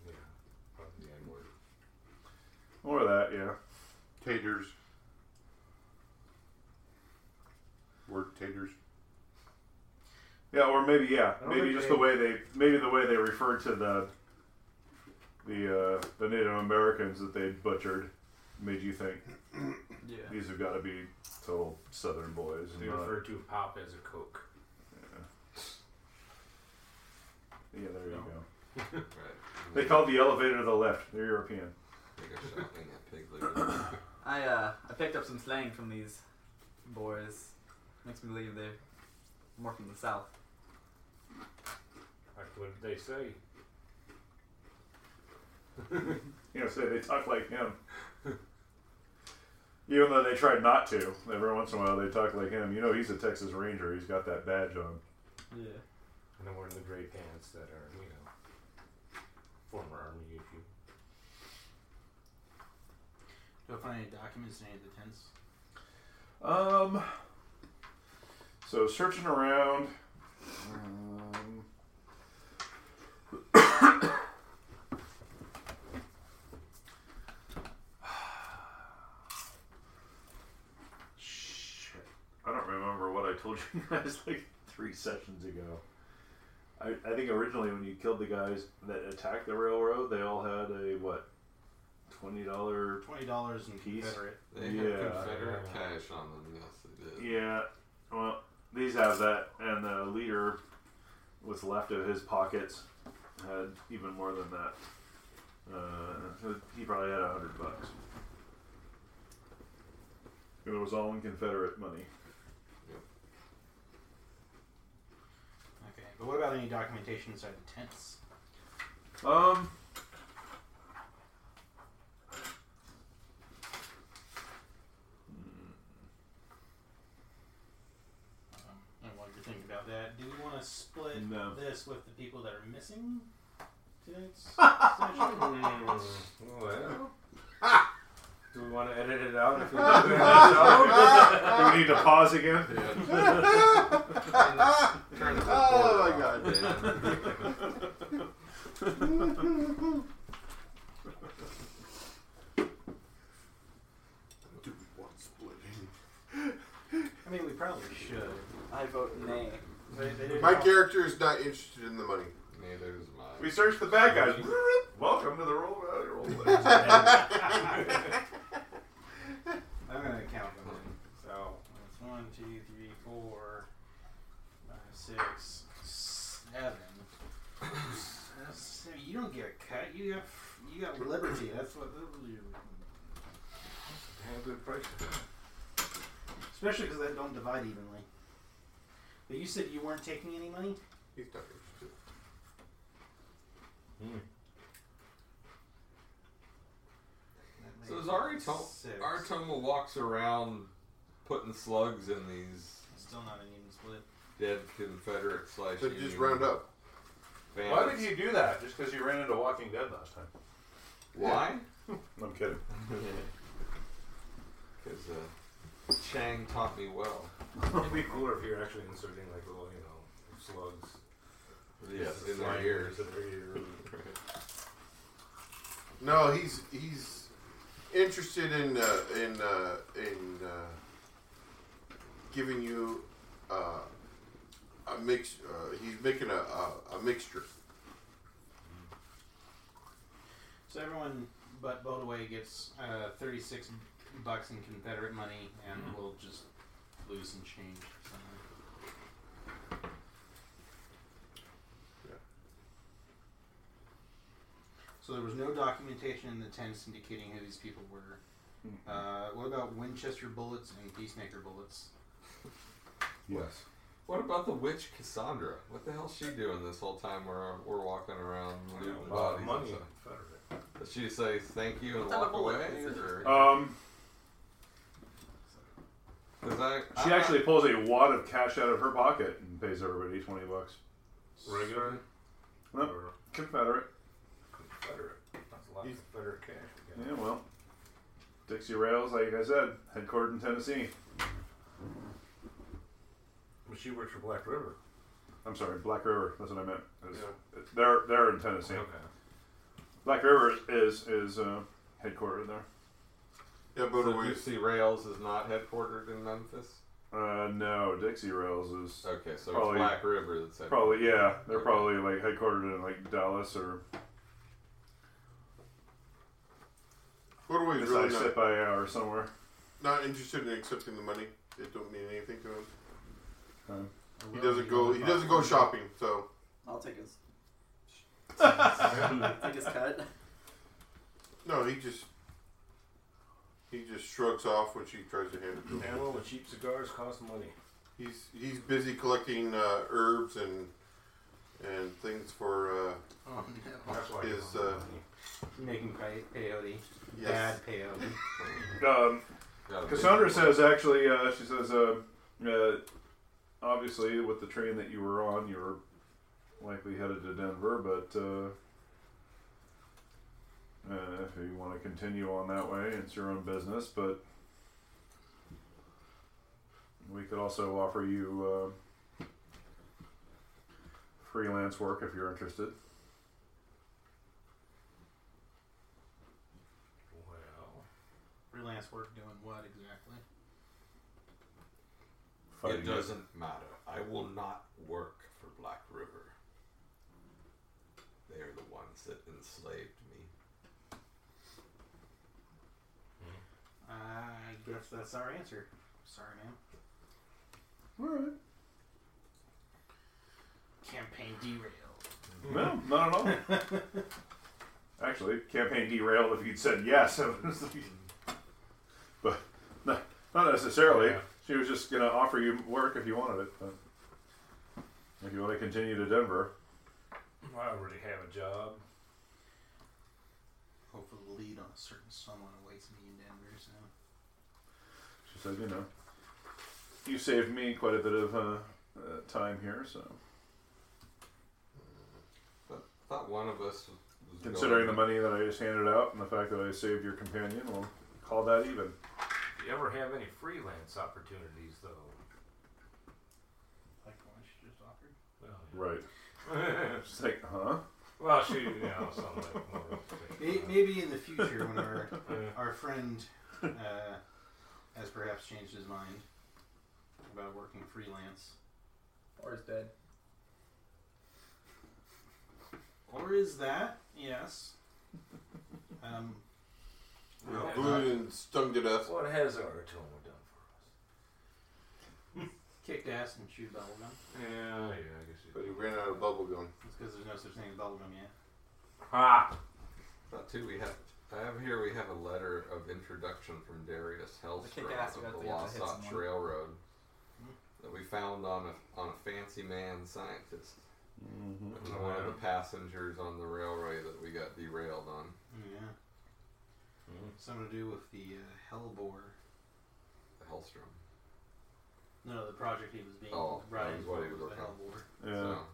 [SPEAKER 2] yeah, probably the N word.
[SPEAKER 6] Or that, yeah.
[SPEAKER 4] Taters. Word taters.
[SPEAKER 6] Yeah, or maybe yeah,
[SPEAKER 2] I don't
[SPEAKER 6] maybe
[SPEAKER 2] think
[SPEAKER 6] just
[SPEAKER 2] they-
[SPEAKER 6] the way they maybe the way they referred to the the uh, the Native Americans that they butchered made you think
[SPEAKER 5] Yeah.
[SPEAKER 6] these have got to be total Southern boys.
[SPEAKER 2] They
[SPEAKER 6] And not,
[SPEAKER 2] refer to pop as a coke.
[SPEAKER 6] yeah, there you
[SPEAKER 2] No.
[SPEAKER 6] go.
[SPEAKER 3] Right.
[SPEAKER 6] They called the elevator to the left. They're European.
[SPEAKER 3] They go shopping at Piglet.
[SPEAKER 5] I uh, I picked up some slang from these boys. Makes me believe they're more from the south.
[SPEAKER 2] Like, what did they say?
[SPEAKER 6] You know, so they talk like him.
[SPEAKER 2] *laughs*
[SPEAKER 6] Even though they tried not to, every once in a while they talk like him. You know, he's a Texas Ranger. He's got that badge on.
[SPEAKER 5] Yeah.
[SPEAKER 2] And I'm wearing the gray pants that are, you know, former army issue.
[SPEAKER 1] Do I find any documents in any of the tents?
[SPEAKER 6] Um. So searching around. Um, Shit. I don't remember what I told you *laughs* guys like three sessions ago. I, I think originally when you killed the guys that attacked the railroad, they all had a what twenty dollar
[SPEAKER 1] Twenty dollars and
[SPEAKER 6] Peace.
[SPEAKER 1] Confederate.
[SPEAKER 3] They had
[SPEAKER 6] Yeah.
[SPEAKER 3] Confederate cash on them. Yes, they *laughs* did.
[SPEAKER 6] Yeah. Well, these have that, and the leader, what's left of his pockets, had even more than that. Uh, he probably had a hundred bucks. It was all in Confederate money.
[SPEAKER 1] Okay, but what about any documentation inside the tents?
[SPEAKER 6] Um.
[SPEAKER 1] Um, and while you're thinking about that, do we want to split
[SPEAKER 6] No.
[SPEAKER 1] this with the people that are missing?
[SPEAKER 6] *laughs*
[SPEAKER 1] Tonight's
[SPEAKER 2] *laughs* *laughs* well. Ah! Do we want to edit it out? If we don't *laughs* edit it out?
[SPEAKER 6] Do we need to pause again?
[SPEAKER 3] Turn the
[SPEAKER 4] Oh, my
[SPEAKER 3] recorder
[SPEAKER 4] God.
[SPEAKER 3] off, Dan.
[SPEAKER 4] Do we want splitting?
[SPEAKER 1] I mean, we probably should.
[SPEAKER 5] I vote nay.
[SPEAKER 1] They, they didn't
[SPEAKER 4] My
[SPEAKER 1] call-
[SPEAKER 4] character is not interested in the money.
[SPEAKER 3] Neither is mine.
[SPEAKER 6] We searched the bad guys. Welcome to the roll. Uh, roll
[SPEAKER 1] I'm gonna count them. So it's one, two, three, four, five, six, seven. So you don't get a cut. You got you got liberty. That's what.
[SPEAKER 2] Have good price.
[SPEAKER 1] Especially because that don't divide evenly. But you said you weren't taking any money.
[SPEAKER 4] He's not interested.
[SPEAKER 1] That
[SPEAKER 3] So
[SPEAKER 1] makes
[SPEAKER 3] Zarito,
[SPEAKER 1] six.
[SPEAKER 3] Artomo walks around putting slugs in these
[SPEAKER 1] Still not an even split.
[SPEAKER 3] dead Confederate slash.
[SPEAKER 4] So just
[SPEAKER 3] Union
[SPEAKER 4] round up.
[SPEAKER 3] bandits.
[SPEAKER 6] Why would you do that? Just because you ran into Walking Dead last time?
[SPEAKER 3] Why?
[SPEAKER 6] I'm kidding.
[SPEAKER 3] Because uh, Chang taught me well.
[SPEAKER 2] It'd be cooler if you're actually inserting like little, you know, slugs.
[SPEAKER 3] Yes, in
[SPEAKER 2] Slime
[SPEAKER 3] their ears.
[SPEAKER 2] In their ear.
[SPEAKER 4] No, he's he's interested in uh, in uh, in uh, giving you uh, a mix. Uh, he's making a, a, a mixture.
[SPEAKER 1] So everyone but Bodaway gets uh, 36 bucks in Confederate money, and
[SPEAKER 4] Mm-hmm.
[SPEAKER 1] we'll just lose some change. somewhere.
[SPEAKER 4] Yeah.
[SPEAKER 1] So there was no documentation in the tents indicating who these people were.
[SPEAKER 4] Mm-hmm.
[SPEAKER 1] Uh, what about Winchester bullets and Peacemaker bullets?
[SPEAKER 6] Yes.
[SPEAKER 3] What about the witch Cassandra? What the hell's she doing this whole time we're, we're walking around
[SPEAKER 2] Yeah,
[SPEAKER 3] looting
[SPEAKER 2] a lot of
[SPEAKER 3] bodies?
[SPEAKER 2] money.
[SPEAKER 3] and stuff? Does she say thank you and
[SPEAKER 5] What type
[SPEAKER 3] walk
[SPEAKER 5] of bullet
[SPEAKER 3] away?
[SPEAKER 5] is it?
[SPEAKER 3] Or,
[SPEAKER 6] Um,
[SPEAKER 3] 'cause I,
[SPEAKER 6] She
[SPEAKER 3] I-
[SPEAKER 6] actually pulls a wad of cash out of her pocket and pays everybody twenty bucks.
[SPEAKER 2] Regular?
[SPEAKER 6] Nope.
[SPEAKER 2] Or
[SPEAKER 6] Confederate.
[SPEAKER 2] Confederate. That's a lot of
[SPEAKER 4] He's-
[SPEAKER 2] Confederate cash. we got.
[SPEAKER 6] Yeah, well, Dixie Rails, like I said, headquartered in Tennessee.
[SPEAKER 2] But she works for Black River.
[SPEAKER 6] I'm sorry, Black River. That's what I meant. It's-
[SPEAKER 4] Yeah.
[SPEAKER 6] They're they're in Tennessee.
[SPEAKER 2] Okay.
[SPEAKER 6] Black River is is uh, headquartered there.
[SPEAKER 4] Yeah,
[SPEAKER 3] So
[SPEAKER 4] but away.
[SPEAKER 3] Dixie Rails is not headquartered in Memphis?
[SPEAKER 6] Uh, no, Dixie Rails is
[SPEAKER 3] Okay, so
[SPEAKER 6] Probably-
[SPEAKER 3] it's Black River that's headquartered.
[SPEAKER 6] probably yeah. They're probably like headquartered in like Dallas or
[SPEAKER 4] Corduroy's
[SPEAKER 6] As I
[SPEAKER 4] really
[SPEAKER 6] sit
[SPEAKER 4] not,
[SPEAKER 6] by or somewhere.
[SPEAKER 4] not interested in accepting the money. It don't mean anything to him.
[SPEAKER 6] Um,
[SPEAKER 4] He doesn't go. He doesn't go shopping. So
[SPEAKER 5] I'll take his,
[SPEAKER 6] I
[SPEAKER 5] *laughs* take his cut.
[SPEAKER 4] no, he just he just shrugs off when she tries to hand it to him.
[SPEAKER 2] Ammo and cheap cigars cost money.
[SPEAKER 4] He's he's busy collecting uh, herbs and and things for uh,
[SPEAKER 7] Oh no.
[SPEAKER 2] That's why
[SPEAKER 4] Is,
[SPEAKER 2] you
[SPEAKER 4] uh,
[SPEAKER 1] Making pay- peyote.
[SPEAKER 4] yes.
[SPEAKER 1] Bad peyote.
[SPEAKER 6] um,
[SPEAKER 3] Got a big
[SPEAKER 6] Cassandra
[SPEAKER 3] one.
[SPEAKER 6] says, actually, uh, she says, uh, uh, obviously, with the train that you were on, you were likely headed to Denver, but uh, uh, if you want to continue on that way, it's your own business, but we could also offer you uh, freelance work if you're interested.
[SPEAKER 2] Well,
[SPEAKER 1] Freelance work doing what exactly?
[SPEAKER 6] Fighting
[SPEAKER 3] It doesn't matter. I will not work for Black River. They are the ones that enslaved me.
[SPEAKER 1] I guess that's our answer. Sorry, man.
[SPEAKER 6] All right.
[SPEAKER 1] Campaign derailed.
[SPEAKER 6] No, not at all. *laughs* Actually, campaign derailed if you'd said yes. *laughs* but no, not necessarily.
[SPEAKER 2] Yeah.
[SPEAKER 6] She was just going to offer you work if you wanted it. But if you want to continue to Denver,
[SPEAKER 2] I already have a job.
[SPEAKER 1] Hopefully, the lead on a certain someone awaits me in Denver soon.
[SPEAKER 6] she says, you know, you saved me quite a bit of uh, uh, time here, so
[SPEAKER 3] Thought one of us was
[SPEAKER 6] considering the
[SPEAKER 3] going-
[SPEAKER 6] money that I just handed out and the fact that I saved your companion, we'll call that even.
[SPEAKER 2] If you ever have any freelance opportunities, though,
[SPEAKER 1] Like the one she just offered.
[SPEAKER 2] well,
[SPEAKER 6] Right. She's like, "Uh-huh." huh?
[SPEAKER 2] *laughs* well, she, you know, something like more.
[SPEAKER 1] May- Maybe in the future, when our,
[SPEAKER 2] Yeah.
[SPEAKER 1] our friend uh, has perhaps changed his mind about working freelance,
[SPEAKER 5] Or is dead.
[SPEAKER 1] or is that yes? Um,
[SPEAKER 4] You're glued and stung to death.
[SPEAKER 2] What has our atonement done for
[SPEAKER 1] kicked ass and chewed bubblegum.
[SPEAKER 2] us? Yeah, yeah, I guess you
[SPEAKER 4] But he ran out of bubble gum.
[SPEAKER 1] It's because there's no such thing as bubblegum yet.
[SPEAKER 2] Ha!
[SPEAKER 3] Thought too. We have. I have here. We have a letter of introduction from Darius
[SPEAKER 5] kick
[SPEAKER 3] Hellstrom
[SPEAKER 5] ass,
[SPEAKER 3] of
[SPEAKER 5] you have
[SPEAKER 3] the
[SPEAKER 5] to- you have to hit
[SPEAKER 3] Wasatch
[SPEAKER 5] someone.
[SPEAKER 3] Railroad that we found on a on a fancy man scientist.
[SPEAKER 6] Mm-hmm.
[SPEAKER 3] It was one of the passengers on the railway that we got derailed on.
[SPEAKER 1] Yeah,
[SPEAKER 2] Mm.
[SPEAKER 1] something to do with the uh, hellbore.
[SPEAKER 3] The Hellstrom.
[SPEAKER 1] No, the project he was being
[SPEAKER 3] Oh, that
[SPEAKER 1] brought
[SPEAKER 3] was
[SPEAKER 1] into
[SPEAKER 3] what he was
[SPEAKER 1] was the
[SPEAKER 3] working on.
[SPEAKER 1] hellbore.
[SPEAKER 6] Yeah.
[SPEAKER 3] So,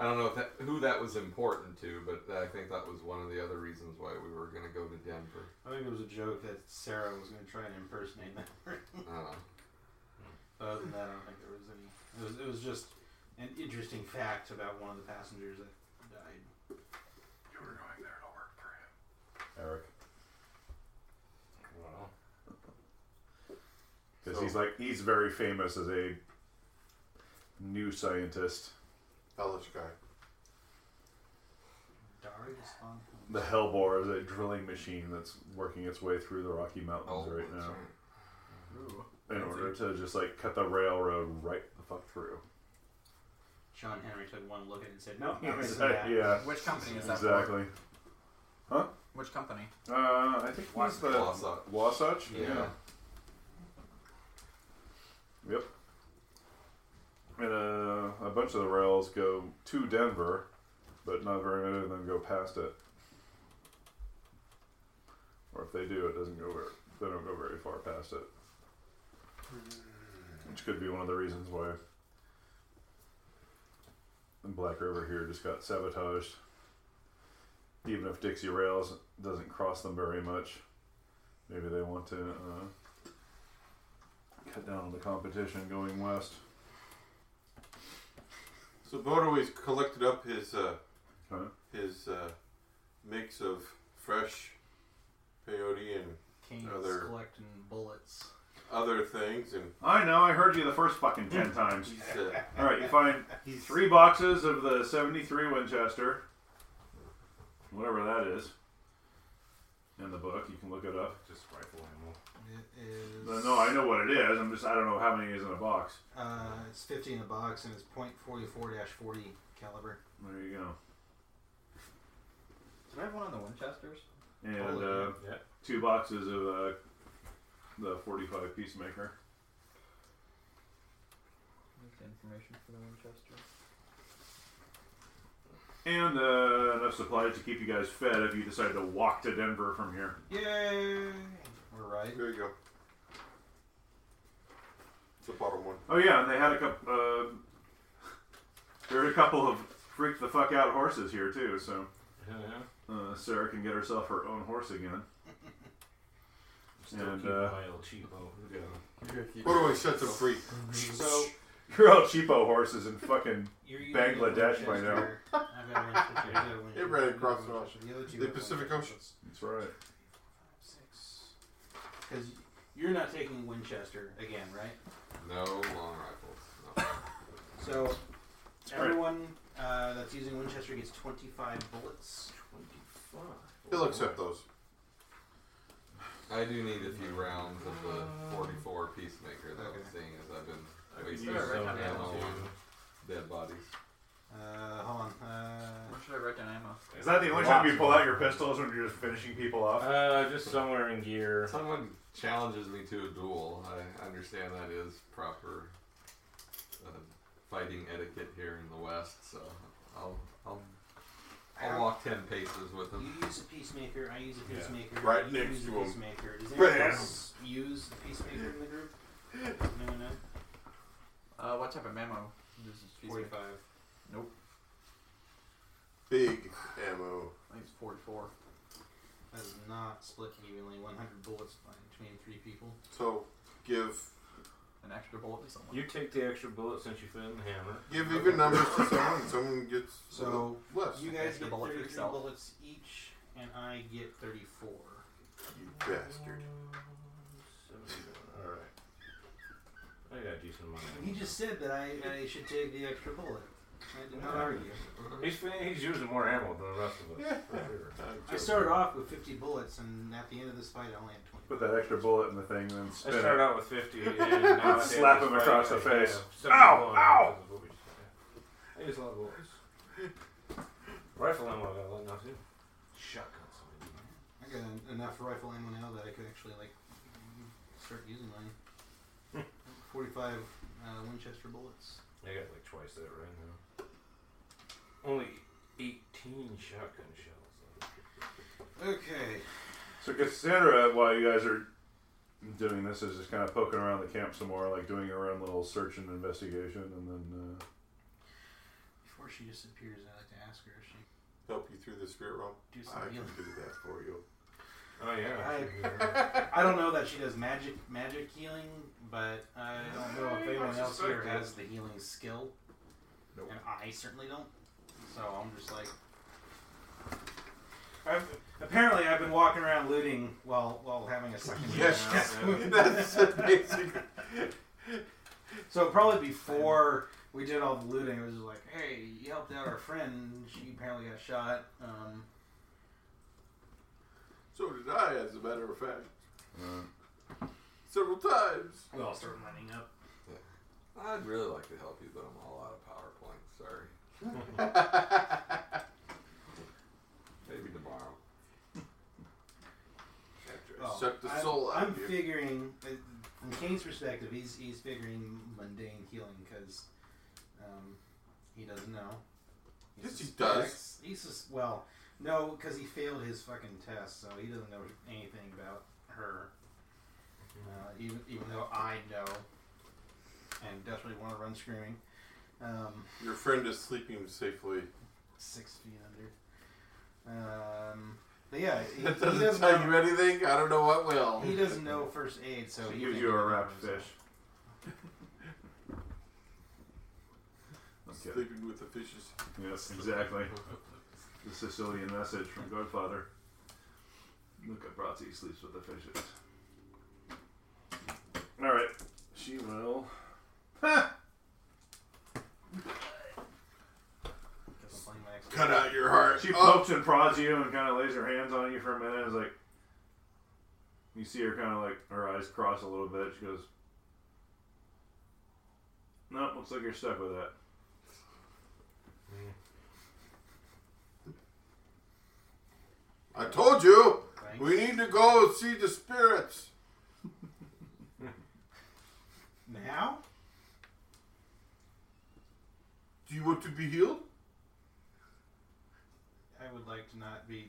[SPEAKER 3] I don't know if that, who that was important to, but I think that was one of the other reasons why we were going to go to
[SPEAKER 6] *laughs*
[SPEAKER 3] Denver.
[SPEAKER 1] I think it was a joke that Sarah was going to try and impersonate that.
[SPEAKER 3] Uh,
[SPEAKER 1] But other than that, I don't think there was any. It was, it was just an interesting fact about one of the passengers that died.
[SPEAKER 6] You were going there to work for him. Eric.
[SPEAKER 2] Well,
[SPEAKER 6] Because
[SPEAKER 4] So-
[SPEAKER 6] he's like he's very famous as a new scientist,
[SPEAKER 4] Hellish guy.
[SPEAKER 1] Darius von Helm.
[SPEAKER 6] the Hellbore is a drilling machine that's working its way through the Rocky Mountains
[SPEAKER 3] oh,
[SPEAKER 6] right
[SPEAKER 3] that's
[SPEAKER 6] now
[SPEAKER 3] right.
[SPEAKER 5] Ooh.
[SPEAKER 6] in order to just like cut the railroad right the fuck through.
[SPEAKER 1] Sean Henry took one look at it and said, "No, not missing that."
[SPEAKER 6] *laughs* yeah,
[SPEAKER 5] Which company is that for?
[SPEAKER 6] exactly.
[SPEAKER 5] Which company?
[SPEAKER 6] Uh, I think was the
[SPEAKER 3] Wasatch.
[SPEAKER 6] Wasatch?
[SPEAKER 3] Yeah.
[SPEAKER 6] Yep. And uh, a bunch of the rails go to Denver, but not very many of them go past it. Or if they do, it doesn't go very. They don't go very far past it, which could be one of the reasons why the Black River here just got sabotaged. Even if Dixie Rails doesn't cross them very much, maybe they want to uh, cut down on the competition going west.
[SPEAKER 4] So Bodoway's collected up his uh,
[SPEAKER 6] Huh?
[SPEAKER 4] his uh, mix of fresh peyote and
[SPEAKER 1] Kings
[SPEAKER 4] Other-
[SPEAKER 1] collecting bullets.
[SPEAKER 4] other things, and
[SPEAKER 6] I know. I heard you the first fucking ten times.
[SPEAKER 4] he's *laughs* uh,
[SPEAKER 6] All right, you find
[SPEAKER 4] he's
[SPEAKER 6] three boxes of the '73 Winchester, whatever that is. in the book. You can look it up.
[SPEAKER 2] Just rifle ammo.
[SPEAKER 1] It is.
[SPEAKER 6] No, no, I know what it is. I'm just I don't know how many is in a box.
[SPEAKER 1] Uh, it's 50 in a box and it's .44-40 caliber.
[SPEAKER 6] There you go.
[SPEAKER 5] Do I have one of the Winchesters?
[SPEAKER 6] And
[SPEAKER 1] Holy
[SPEAKER 6] uh,
[SPEAKER 2] Yeah.
[SPEAKER 6] two boxes of uh, the 45 Peacemaker.
[SPEAKER 5] Where's the information for the Winchester?
[SPEAKER 6] And uh, enough supplies to keep you guys fed if you decide to walk to Denver from here.
[SPEAKER 1] Yay! We're right.
[SPEAKER 4] There you go. It's the bottom one.
[SPEAKER 6] Oh yeah, and they had a couple. Uh, *laughs* there were a couple of freak the fuck out horses here too. So
[SPEAKER 2] Yeah.
[SPEAKER 6] uh, Sarah can get herself her own horse again. *laughs*
[SPEAKER 2] Still
[SPEAKER 6] And,
[SPEAKER 2] keeping
[SPEAKER 6] uh,
[SPEAKER 2] my El Cheapo. Look at him.
[SPEAKER 4] What do I set them free?
[SPEAKER 1] So
[SPEAKER 6] You're all cheapo horses and fucking.
[SPEAKER 1] you're using a
[SPEAKER 6] Bangladesh by now.
[SPEAKER 1] Winchester. *laughs* I've got a Winchester, I've got a Winchester,
[SPEAKER 4] It ran
[SPEAKER 1] I've got a
[SPEAKER 4] across the-
[SPEAKER 1] Winchester. the, other two
[SPEAKER 4] the
[SPEAKER 1] have
[SPEAKER 4] Pacific
[SPEAKER 1] Winchesters.
[SPEAKER 6] That's right.
[SPEAKER 1] Because you're not taking Winchester again, right?
[SPEAKER 3] No long rifles. No.
[SPEAKER 1] So
[SPEAKER 6] Right.
[SPEAKER 1] everyone uh, that's using Winchester gets 25 bullets.
[SPEAKER 2] 25.
[SPEAKER 4] He'll accept those.
[SPEAKER 3] I do need a few rounds of the 44 Peacemaker though,
[SPEAKER 1] Okay.
[SPEAKER 3] seeing as I've been
[SPEAKER 2] I could use
[SPEAKER 3] wasting
[SPEAKER 2] some
[SPEAKER 3] some
[SPEAKER 2] ammo
[SPEAKER 3] ammo on
[SPEAKER 2] too.
[SPEAKER 3] dead bodies.
[SPEAKER 1] Uh, hold on. Uh,
[SPEAKER 5] Where should I write down ammo?
[SPEAKER 6] Is that the only time you pull out your pistols when you're just finishing people off?
[SPEAKER 2] Uh, just somewhere in gear.
[SPEAKER 3] If someone challenges me to a duel, I understand that is proper uh, fighting etiquette here in the West, so I'll, I'll, I'll walk 10 paces with them.
[SPEAKER 1] you use a peacemaker. I use a
[SPEAKER 2] Yeah.
[SPEAKER 1] peacemaker.
[SPEAKER 4] Right
[SPEAKER 1] you
[SPEAKER 4] next
[SPEAKER 1] use
[SPEAKER 4] to
[SPEAKER 1] a
[SPEAKER 4] 'em.
[SPEAKER 1] peacemaker. Does anyone
[SPEAKER 4] Bam.
[SPEAKER 1] else use the peacemaker in the group? No, no.
[SPEAKER 5] Uh, what type of ammo? This is piece
[SPEAKER 1] 45.
[SPEAKER 5] Nope.
[SPEAKER 4] Big ammo.
[SPEAKER 5] I think it's 44.
[SPEAKER 1] That is not split evenly. 100 bullets by- between three people.
[SPEAKER 4] So give
[SPEAKER 5] An extra bullet to someone.
[SPEAKER 2] You take the extra bullet since you fit in the hammer.
[SPEAKER 4] give even numbers to someone. and Someone gets
[SPEAKER 1] So,
[SPEAKER 4] less.
[SPEAKER 1] You guys get
[SPEAKER 5] Extra bullet for
[SPEAKER 1] 33
[SPEAKER 5] yourself.
[SPEAKER 1] bullets each, and I get 34.
[SPEAKER 4] You bastard.
[SPEAKER 2] Alright. I got a decent amount of
[SPEAKER 1] He just said that I, I should take the extra bullet. I did not argue.
[SPEAKER 2] He's, fin- he's using more ammo than the rest of us. for sure.
[SPEAKER 4] I'm
[SPEAKER 1] I
[SPEAKER 4] joking.
[SPEAKER 1] started off with 50 bullets, and at the end of this fight, I only had 20.
[SPEAKER 6] Put that extra bullet in the thing and then
[SPEAKER 2] I
[SPEAKER 6] spin it.
[SPEAKER 2] started out with 50 and
[SPEAKER 6] *laughs*
[SPEAKER 2] now I
[SPEAKER 6] Slap
[SPEAKER 2] think
[SPEAKER 6] him
[SPEAKER 2] it's
[SPEAKER 6] across
[SPEAKER 2] right,
[SPEAKER 6] the
[SPEAKER 2] I
[SPEAKER 6] face.
[SPEAKER 2] have
[SPEAKER 6] Ow,
[SPEAKER 2] 71
[SPEAKER 6] ow.
[SPEAKER 2] because of what we just had. I use a lot of bullets. Rifle ammo I got a lot now too. Shotguns.
[SPEAKER 1] I got en- enough rifle ammo now that I could actually, like, start using mine. Hmm. 45 uh, Winchester bullets.
[SPEAKER 2] I got like twice that right now. Only 18 shotgun shells.
[SPEAKER 1] Okay.
[SPEAKER 6] So Cassandra, while you guys are doing this, is just kind of poking around the camp some more, like doing her own little search and investigation, and then
[SPEAKER 1] Before she disappears, I'd like to ask her if she could
[SPEAKER 4] help you through the spirit realm.
[SPEAKER 1] do some
[SPEAKER 4] I can
[SPEAKER 1] healing.
[SPEAKER 4] do that for you.
[SPEAKER 2] Oh yeah.
[SPEAKER 1] I don't know that she does magic magic healing, but I don't know if anyone else here has the healing skill.
[SPEAKER 3] Nope.
[SPEAKER 1] And I certainly don't. So I'm just like. apparently, I've been walking around looting while while having a second.
[SPEAKER 4] *laughs* Yes.
[SPEAKER 1] round.
[SPEAKER 4] That's amazing.
[SPEAKER 1] *laughs* so probably before we did all the looting, it was just like, "Hey, you helped out our friend. She apparently got shot." Um,
[SPEAKER 4] *laughs* So did I, as a matter of fact,
[SPEAKER 6] uh,
[SPEAKER 1] *laughs*
[SPEAKER 4] several times.
[SPEAKER 1] we all start lining up.
[SPEAKER 3] I'd really like to help you, but I'm all out of PowerPoint, sorry. Maybe tomorrow.
[SPEAKER 4] After I
[SPEAKER 1] Well,
[SPEAKER 4] sucked the
[SPEAKER 1] Oh, I'm-
[SPEAKER 4] soul out
[SPEAKER 1] I'm
[SPEAKER 4] of you.
[SPEAKER 1] figuring, uh, from Kane's perspective, he's he's figuring mundane healing because um, he doesn't know.
[SPEAKER 4] Yes, he
[SPEAKER 1] suspects- He sus- well, no, because he failed his fucking test, so he doesn't know anything about her. Uh, even even though I know, and definitely want to run screaming. Um,
[SPEAKER 4] Your friend is sleeping safely.
[SPEAKER 1] six feet under. Um, but yeah, he, he
[SPEAKER 4] *laughs* That doesn't
[SPEAKER 1] doesn't
[SPEAKER 4] tell
[SPEAKER 1] know.
[SPEAKER 4] you anything. I don't know what will.
[SPEAKER 1] He doesn't know first aid, so he
[SPEAKER 6] she gives
[SPEAKER 1] thinks he
[SPEAKER 6] you a
[SPEAKER 1] knows
[SPEAKER 6] wrapped
[SPEAKER 1] himself.
[SPEAKER 6] fish. *laughs* Okay.
[SPEAKER 4] Sleeping with the fishes.
[SPEAKER 6] Yes, exactly. The Sicilian message from Godfather. Luca Brasi sleeps with the fishes. All right, she will.
[SPEAKER 1] Guess I'm playing my ex-
[SPEAKER 4] Cut out your heart.
[SPEAKER 6] She
[SPEAKER 4] Oh,
[SPEAKER 6] pokes and prods you and kind of lays her hands on you for a minute. and Is like, You see her kind of like her eyes cross a little bit. She goes, "No, looks like you're stuck with that."
[SPEAKER 4] I told you,
[SPEAKER 1] Thanks.
[SPEAKER 4] we need to go see the spirits.
[SPEAKER 1] Now?
[SPEAKER 4] Do you want to be healed?
[SPEAKER 1] I would like to not be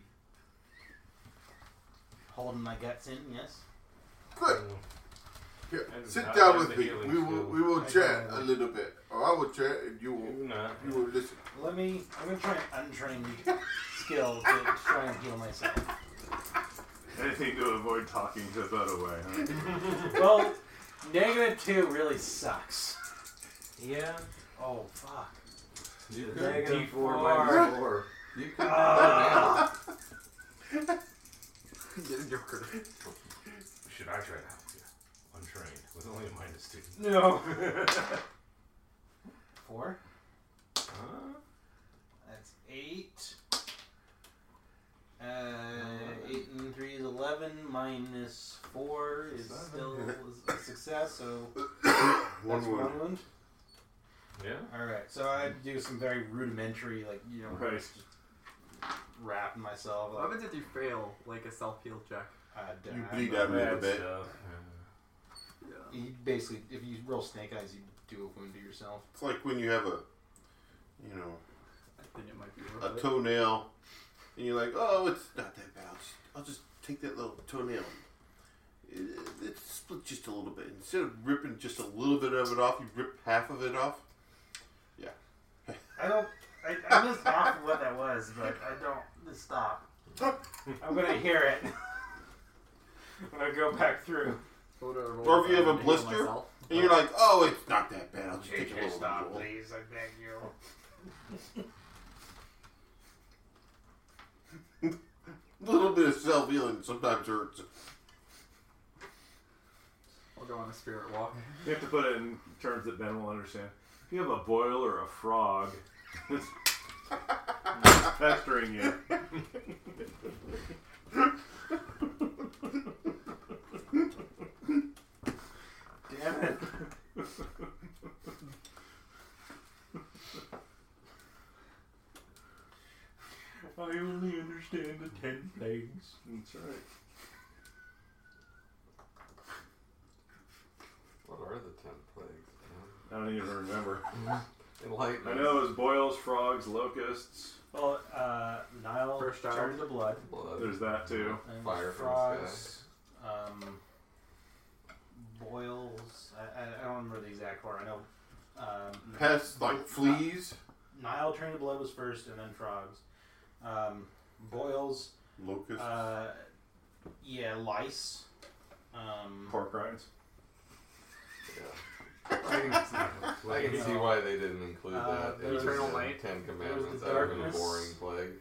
[SPEAKER 1] holding my guts in, yes?
[SPEAKER 4] Good. Here,
[SPEAKER 2] I do
[SPEAKER 4] sit
[SPEAKER 2] not
[SPEAKER 4] down
[SPEAKER 2] have
[SPEAKER 4] with
[SPEAKER 2] the
[SPEAKER 4] me.
[SPEAKER 2] healing
[SPEAKER 4] We will
[SPEAKER 2] skill.
[SPEAKER 4] we will
[SPEAKER 1] I
[SPEAKER 4] chat
[SPEAKER 1] don't.
[SPEAKER 4] a little bit, or I will chat, and you
[SPEAKER 2] You
[SPEAKER 4] will
[SPEAKER 2] not.
[SPEAKER 4] you will listen.
[SPEAKER 1] Let me. I'm gonna try an *laughs* untrained skill to try and heal myself. *laughs*
[SPEAKER 6] Anything to avoid talking to Bedaway, huh?
[SPEAKER 1] Well, negative two really sucks.
[SPEAKER 7] Yeah.
[SPEAKER 1] Oh fuck.
[SPEAKER 3] You *laughs* could,
[SPEAKER 7] Negative
[SPEAKER 2] four
[SPEAKER 7] four.
[SPEAKER 3] four. You could
[SPEAKER 1] Ah.
[SPEAKER 5] *laughs*
[SPEAKER 2] Should I try that? Yeah. Untrained with only a minus two.
[SPEAKER 1] No. *laughs* Four.
[SPEAKER 2] Huh?
[SPEAKER 1] That's eight. Uh, eight and three is eleven. Minus four is
[SPEAKER 4] *laughs*
[SPEAKER 1] still a success. So that's
[SPEAKER 4] wound.
[SPEAKER 1] one wound.
[SPEAKER 2] Yeah.
[SPEAKER 1] All right. So I had to do some very rudimentary, like you know,
[SPEAKER 6] Right.
[SPEAKER 1] just wrapping myself.
[SPEAKER 5] What
[SPEAKER 1] Like,
[SPEAKER 5] happens if you fail like a self heal check?
[SPEAKER 1] uh,
[SPEAKER 4] You
[SPEAKER 1] I-
[SPEAKER 4] bleed out a little
[SPEAKER 2] Bad
[SPEAKER 4] bit.
[SPEAKER 2] stuff.
[SPEAKER 5] Yeah.
[SPEAKER 1] You basically, if you roll snake eyes, you do a wound to yourself.
[SPEAKER 4] It's like when you have a, you know,
[SPEAKER 5] I think it might be
[SPEAKER 4] a
[SPEAKER 5] worth it.
[SPEAKER 4] toenail, and you're like, oh, it's not that bad. I'll just, I'll just take that little toenail. It, it split just a little bit. Instead of ripping just a little bit of it off, you rip half of it off.
[SPEAKER 1] I don't. I, I missed half of what that was, but I don't. Just *laughs* stop. I'm gonna hear it *laughs* when I go back through.
[SPEAKER 5] Photo roll
[SPEAKER 4] Or if you have a
[SPEAKER 5] to heal
[SPEAKER 4] blister.
[SPEAKER 5] myself.
[SPEAKER 4] And you're like, oh, it's not that bad. I'll just take a little roll.
[SPEAKER 1] please. I beg you.
[SPEAKER 4] A little bit of self healing sometimes hurts.
[SPEAKER 5] I'll go on a spirit walk.
[SPEAKER 6] You have to put it in terms that Ben will understand. If you have a boil or
[SPEAKER 1] *laughs*
[SPEAKER 6] a frog that's pestering you,
[SPEAKER 1] Damn it.
[SPEAKER 6] I only understand the ten things. That's right.
[SPEAKER 3] What are the ten plagues? man?
[SPEAKER 6] I don't
[SPEAKER 3] *laughs*
[SPEAKER 6] even remember.
[SPEAKER 3] Enlighten.
[SPEAKER 6] I
[SPEAKER 3] us.
[SPEAKER 6] know it was boils, frogs, locusts.
[SPEAKER 1] Well, uh, Nile
[SPEAKER 5] First
[SPEAKER 1] turned to blood.
[SPEAKER 3] Blood.
[SPEAKER 6] There's that too.
[SPEAKER 1] And
[SPEAKER 3] Fire from the
[SPEAKER 1] frogs. Um, boils. I, I, I don't remember the exact order. I know. Um,
[SPEAKER 4] Pests like fleas,
[SPEAKER 1] Nile turned to blood was first, and then frogs. Um, boils.
[SPEAKER 4] locusts.
[SPEAKER 1] Uh, yeah, lice. Um,
[SPEAKER 6] Pork rinds.
[SPEAKER 3] Yeah. I can see why they didn't include
[SPEAKER 1] Uh,
[SPEAKER 3] that. in the
[SPEAKER 5] Eternal Light.
[SPEAKER 3] Ten
[SPEAKER 1] There was
[SPEAKER 3] Commandments.
[SPEAKER 1] the
[SPEAKER 3] That would have been a
[SPEAKER 1] darkness.
[SPEAKER 3] boring plague.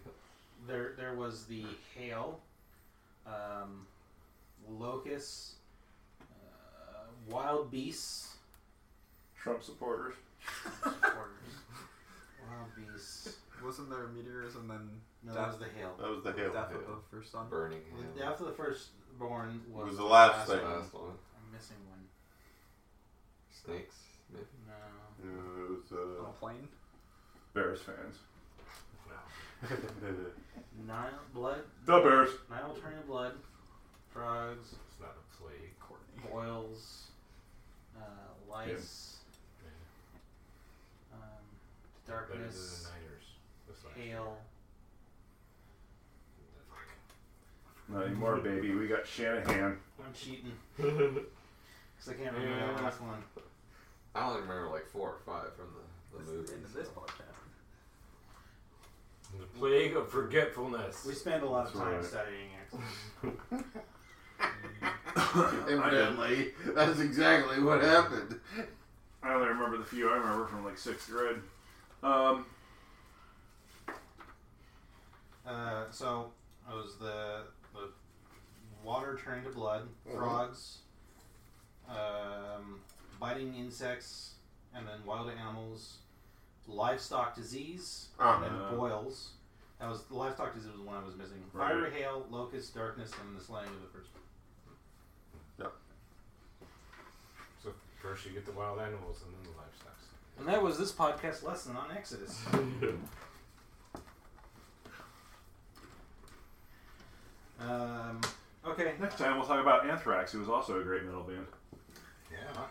[SPEAKER 1] there, there was the hail, um, locusts, uh, wild beasts, *laughs*
[SPEAKER 6] Trump supporters.
[SPEAKER 1] wild beasts.
[SPEAKER 5] *laughs* Wasn't there meteors and then
[SPEAKER 1] No, that was the hail.
[SPEAKER 4] that was the hail.
[SPEAKER 5] death
[SPEAKER 3] yeah.
[SPEAKER 5] of the first son?
[SPEAKER 3] Burning.
[SPEAKER 1] The
[SPEAKER 3] hand.
[SPEAKER 1] death of the firstborn was,
[SPEAKER 4] was the last
[SPEAKER 3] That's
[SPEAKER 4] thing.
[SPEAKER 3] the last one.
[SPEAKER 1] I'm missing one.
[SPEAKER 3] Snakes. Maybe.
[SPEAKER 1] No.
[SPEAKER 4] Yeah, it was,
[SPEAKER 5] On a *laughs*
[SPEAKER 4] uh, *laughs*
[SPEAKER 5] plane?
[SPEAKER 6] Bears fans.
[SPEAKER 1] Nile blood.
[SPEAKER 6] The Bears.
[SPEAKER 1] Nile turned to blood. Frogs.
[SPEAKER 2] It's not a plague.
[SPEAKER 5] Courtney.
[SPEAKER 1] boils, uh, lice, um, darkness,
[SPEAKER 2] Better than the Niners. That's last year.
[SPEAKER 1] hail.
[SPEAKER 6] Not anymore, baby. We got Shanahan.
[SPEAKER 1] I'm cheating
[SPEAKER 2] Fuck.
[SPEAKER 1] because I can't remember
[SPEAKER 2] Yeah.
[SPEAKER 1] the last one.
[SPEAKER 3] I only remember like four or five from the, the
[SPEAKER 5] This
[SPEAKER 3] movie.
[SPEAKER 5] is the end of
[SPEAKER 3] so.
[SPEAKER 5] this podcast.
[SPEAKER 2] the plague of forgetfulness.
[SPEAKER 1] We spend a lot of
[SPEAKER 6] That's
[SPEAKER 1] time
[SPEAKER 6] right.
[SPEAKER 1] studying it.
[SPEAKER 4] evidently, that's exactly what happened.
[SPEAKER 6] I only remember the few I remember from like sixth grade. Um,
[SPEAKER 1] Uh, so it was the the water turned to blood,
[SPEAKER 4] Mhm.
[SPEAKER 1] frogs, um, biting insects, and then wild animals, livestock disease, and
[SPEAKER 6] Uh-huh.
[SPEAKER 1] then boils. That was the livestock disease was the one I was missing. Fire, hail, locust, darkness, and the slaying of the first.
[SPEAKER 2] So first you get the wild animals and then the
[SPEAKER 1] *laughs*
[SPEAKER 2] livestock.
[SPEAKER 1] And that was this podcast lesson on Exodus. um, okay.
[SPEAKER 6] *laughs* Next time we'll talk about Anthrax, who was also a great metal band.
[SPEAKER 2] Yeah.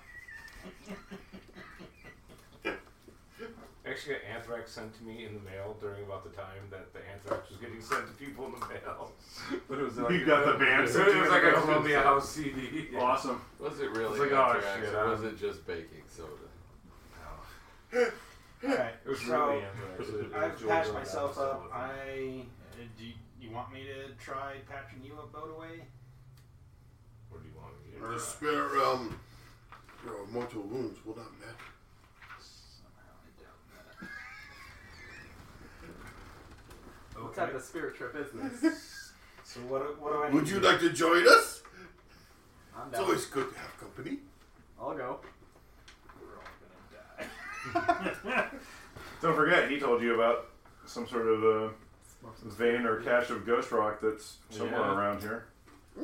[SPEAKER 2] I actually got anthrax sent to me in the mail during about the time that the anthrax was getting sent to people in the mail. *laughs* But it was like
[SPEAKER 6] You got the band
[SPEAKER 2] So
[SPEAKER 6] sent
[SPEAKER 2] it
[SPEAKER 6] to
[SPEAKER 2] was
[SPEAKER 6] you
[SPEAKER 2] like
[SPEAKER 6] in
[SPEAKER 2] a
[SPEAKER 6] the mail.
[SPEAKER 2] Columbia House CD.
[SPEAKER 6] Awesome.
[SPEAKER 3] Was it really
[SPEAKER 2] like, oh,
[SPEAKER 3] anthrax
[SPEAKER 2] shit,
[SPEAKER 3] or
[SPEAKER 2] I-
[SPEAKER 3] was it just baking soda?
[SPEAKER 1] Alright.
[SPEAKER 2] It was
[SPEAKER 1] so,
[SPEAKER 2] really anthrax. It was
[SPEAKER 1] I've
[SPEAKER 2] George
[SPEAKER 1] patched
[SPEAKER 2] Orwell
[SPEAKER 1] myself
[SPEAKER 2] episode
[SPEAKER 1] up.
[SPEAKER 2] with
[SPEAKER 1] I.
[SPEAKER 2] it.
[SPEAKER 1] uh, Do you, you want me to try patching you up, Bodaway?
[SPEAKER 2] What do you want me to
[SPEAKER 4] The
[SPEAKER 2] do?
[SPEAKER 4] spirit realm. Your mortal wounds will not matter.
[SPEAKER 1] Somehow I doubt that.
[SPEAKER 5] What type of spirit trip *laughs* is this?
[SPEAKER 1] So what, what do I need
[SPEAKER 4] Would
[SPEAKER 1] to
[SPEAKER 4] you
[SPEAKER 1] do?
[SPEAKER 4] like to join us?
[SPEAKER 5] I'm
[SPEAKER 4] It's
[SPEAKER 5] down.
[SPEAKER 4] always good to have company.
[SPEAKER 5] I'll go.
[SPEAKER 1] We're all *laughs*
[SPEAKER 6] Don't forget, he told you about some sort of uh,
[SPEAKER 5] Smoke some
[SPEAKER 6] vein or cache of ghost rock that's somewhere
[SPEAKER 2] Yeah.
[SPEAKER 6] around here.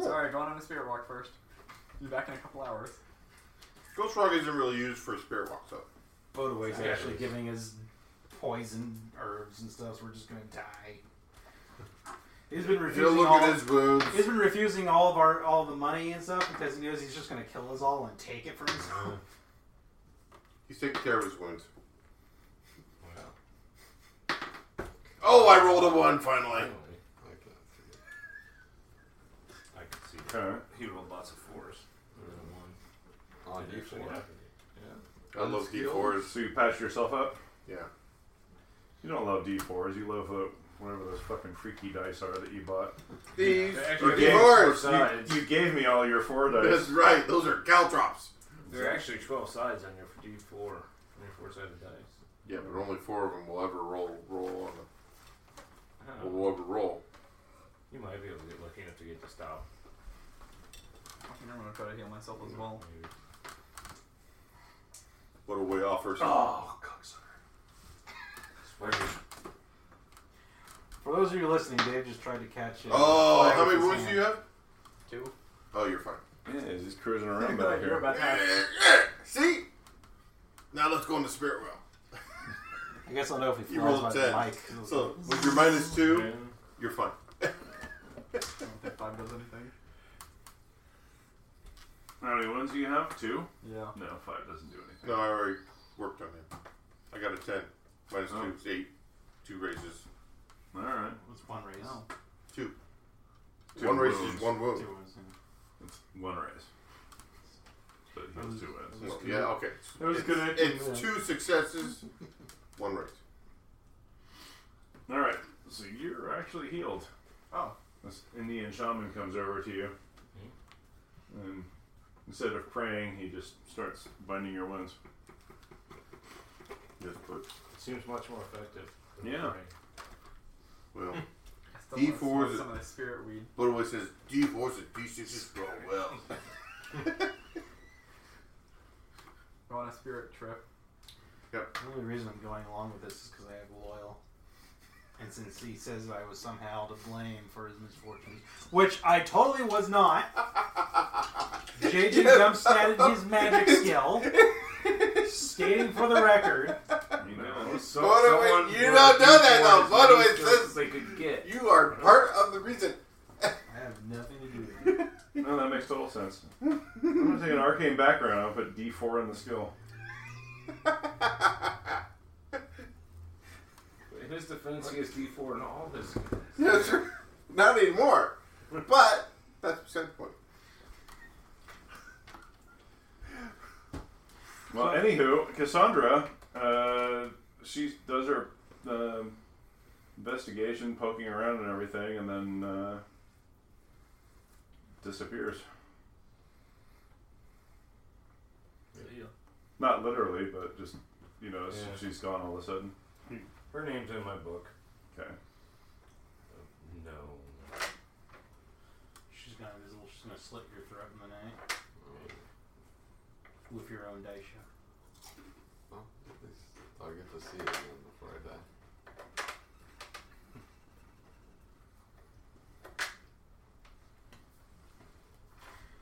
[SPEAKER 5] Sorry, going on a spirit walk first. Be back in a couple hours.
[SPEAKER 4] Mm. Ghost Rock isn't really used for spirit walks, though.
[SPEAKER 1] Bodaway's
[SPEAKER 2] Yeah.
[SPEAKER 1] actually giving us poison herbs and stuff, so we're just gonna die. He's been
[SPEAKER 4] If you
[SPEAKER 1] refusing
[SPEAKER 4] look
[SPEAKER 1] all.
[SPEAKER 4] at his wounds,
[SPEAKER 1] He's been refusing all of our all the money and stuff because he knows he's just gonna kill us all and take it for
[SPEAKER 4] Oh.
[SPEAKER 1] himself.
[SPEAKER 4] he's taking care of his wounds.
[SPEAKER 2] Well,
[SPEAKER 4] Oh, I rolled a one finally.
[SPEAKER 2] finally,
[SPEAKER 3] I can't see it.
[SPEAKER 2] I could see that.
[SPEAKER 6] Okay.
[SPEAKER 2] He rolled lots of fours. There was a one.
[SPEAKER 3] On
[SPEAKER 2] It actually
[SPEAKER 3] D4.
[SPEAKER 2] happened.
[SPEAKER 4] I love
[SPEAKER 3] Unskilled.
[SPEAKER 4] D4s.
[SPEAKER 6] So you patch yourself up.
[SPEAKER 4] Yeah.
[SPEAKER 6] You don't love D4s. You love uh, whatever those fucking freaky dice are that you bought.
[SPEAKER 4] These
[SPEAKER 2] They're
[SPEAKER 4] are
[SPEAKER 2] actually
[SPEAKER 6] You-
[SPEAKER 2] four
[SPEAKER 4] D4s.
[SPEAKER 2] sides.
[SPEAKER 6] You gave me all your four
[SPEAKER 4] That's
[SPEAKER 6] dice.
[SPEAKER 4] right. Those are caltrops.
[SPEAKER 2] There are actually 12 sides on your D4. On your four sided dice.
[SPEAKER 4] Yeah, but only four of them will ever roll roll on
[SPEAKER 2] I
[SPEAKER 4] a,
[SPEAKER 2] don't know.
[SPEAKER 4] will ever roll.
[SPEAKER 2] You might be able to get lucky enough to get this out.
[SPEAKER 5] I think I'm gonna try to heal myself as well.
[SPEAKER 2] Maybe.
[SPEAKER 4] What a way off or
[SPEAKER 1] Oh, *laughs* For those of you listening, Dave just tried to catch it.
[SPEAKER 4] Oh, how many wounds do you have?
[SPEAKER 5] Two.
[SPEAKER 4] Oh, you're fine.
[SPEAKER 6] Yeah, he's just cruising around
[SPEAKER 5] You're
[SPEAKER 6] back here.
[SPEAKER 5] about to have-
[SPEAKER 4] See? Now let's go into spirit realm.
[SPEAKER 1] I guess I'll know if he
[SPEAKER 4] You
[SPEAKER 1] falls
[SPEAKER 4] rolled
[SPEAKER 1] by the
[SPEAKER 4] 10.
[SPEAKER 1] mic.
[SPEAKER 4] So with your minus two,
[SPEAKER 2] Yeah.
[SPEAKER 4] you're fine.
[SPEAKER 5] I don't think five does anything.
[SPEAKER 6] How many ones do you have? Two?
[SPEAKER 5] Yeah.
[SPEAKER 6] No, five doesn't do anything.
[SPEAKER 4] No, I already worked on him. I got a ten. Minus
[SPEAKER 6] Oh.
[SPEAKER 4] two is eight. Two raises.
[SPEAKER 6] All right.
[SPEAKER 1] It's one raise.
[SPEAKER 4] Oh.
[SPEAKER 5] No.
[SPEAKER 4] Two.
[SPEAKER 6] Two
[SPEAKER 4] one raise
[SPEAKER 6] wounds.
[SPEAKER 4] is one wound.
[SPEAKER 1] Two wounds, yeah.
[SPEAKER 6] It's one raise. But he has two wins.
[SPEAKER 4] Well, yeah, okay.
[SPEAKER 6] It was
[SPEAKER 4] it's,
[SPEAKER 6] good at-
[SPEAKER 4] It's two successes, one raise.
[SPEAKER 6] All right. So you're actually healed.
[SPEAKER 5] Oh.
[SPEAKER 6] This Indian shaman comes over to you, and instead of praying, he just starts binding your wounds.
[SPEAKER 4] Yes, but
[SPEAKER 2] It seems much more effective. than
[SPEAKER 6] Yeah.
[SPEAKER 2] praying.
[SPEAKER 4] well,
[SPEAKER 5] I still wanna
[SPEAKER 4] D4
[SPEAKER 5] smoke
[SPEAKER 4] is-
[SPEAKER 5] some of the spirit weed.
[SPEAKER 4] but it says D fours and D sixes roll well. *laughs*
[SPEAKER 5] Go on a spirit trip.
[SPEAKER 1] The only reason I'm going along with this is because I have loyal. And since he says I was somehow to blame for his misfortunes, which I totally was not,
[SPEAKER 4] *laughs*
[SPEAKER 1] JJ jumps at his magic skill, stating for the record.
[SPEAKER 6] You know,
[SPEAKER 2] *laughs* So,
[SPEAKER 4] By the way,
[SPEAKER 2] someone
[SPEAKER 4] you
[SPEAKER 2] wrote
[SPEAKER 4] don't know that,
[SPEAKER 2] D4
[SPEAKER 4] though. By the way,
[SPEAKER 2] as
[SPEAKER 4] it
[SPEAKER 2] many
[SPEAKER 4] says-
[SPEAKER 2] they could get.
[SPEAKER 4] You are part of the reason. *laughs*
[SPEAKER 1] I have nothing to do with it.
[SPEAKER 6] no, that makes total sense. I'm gonna take an arcane background. I'll put D4 in the skill.
[SPEAKER 2] In his defense, he has D4 and all this.
[SPEAKER 4] Yes, sir. Not anymore. But that's beside the point.
[SPEAKER 6] Well, anywho, Cassandra, uh, she does her uh, investigation, poking around and everything, and then uh, disappears. Not literally, but just you know, s-
[SPEAKER 2] Yeah.
[SPEAKER 6] she's gone all of a sudden.
[SPEAKER 2] Her name's in my book. Uh,
[SPEAKER 6] Okay.
[SPEAKER 2] No.
[SPEAKER 1] She's gone invisible. She's gonna slit your throat in the night with your own dice shot.
[SPEAKER 3] Well, at least I'll get to see it again before I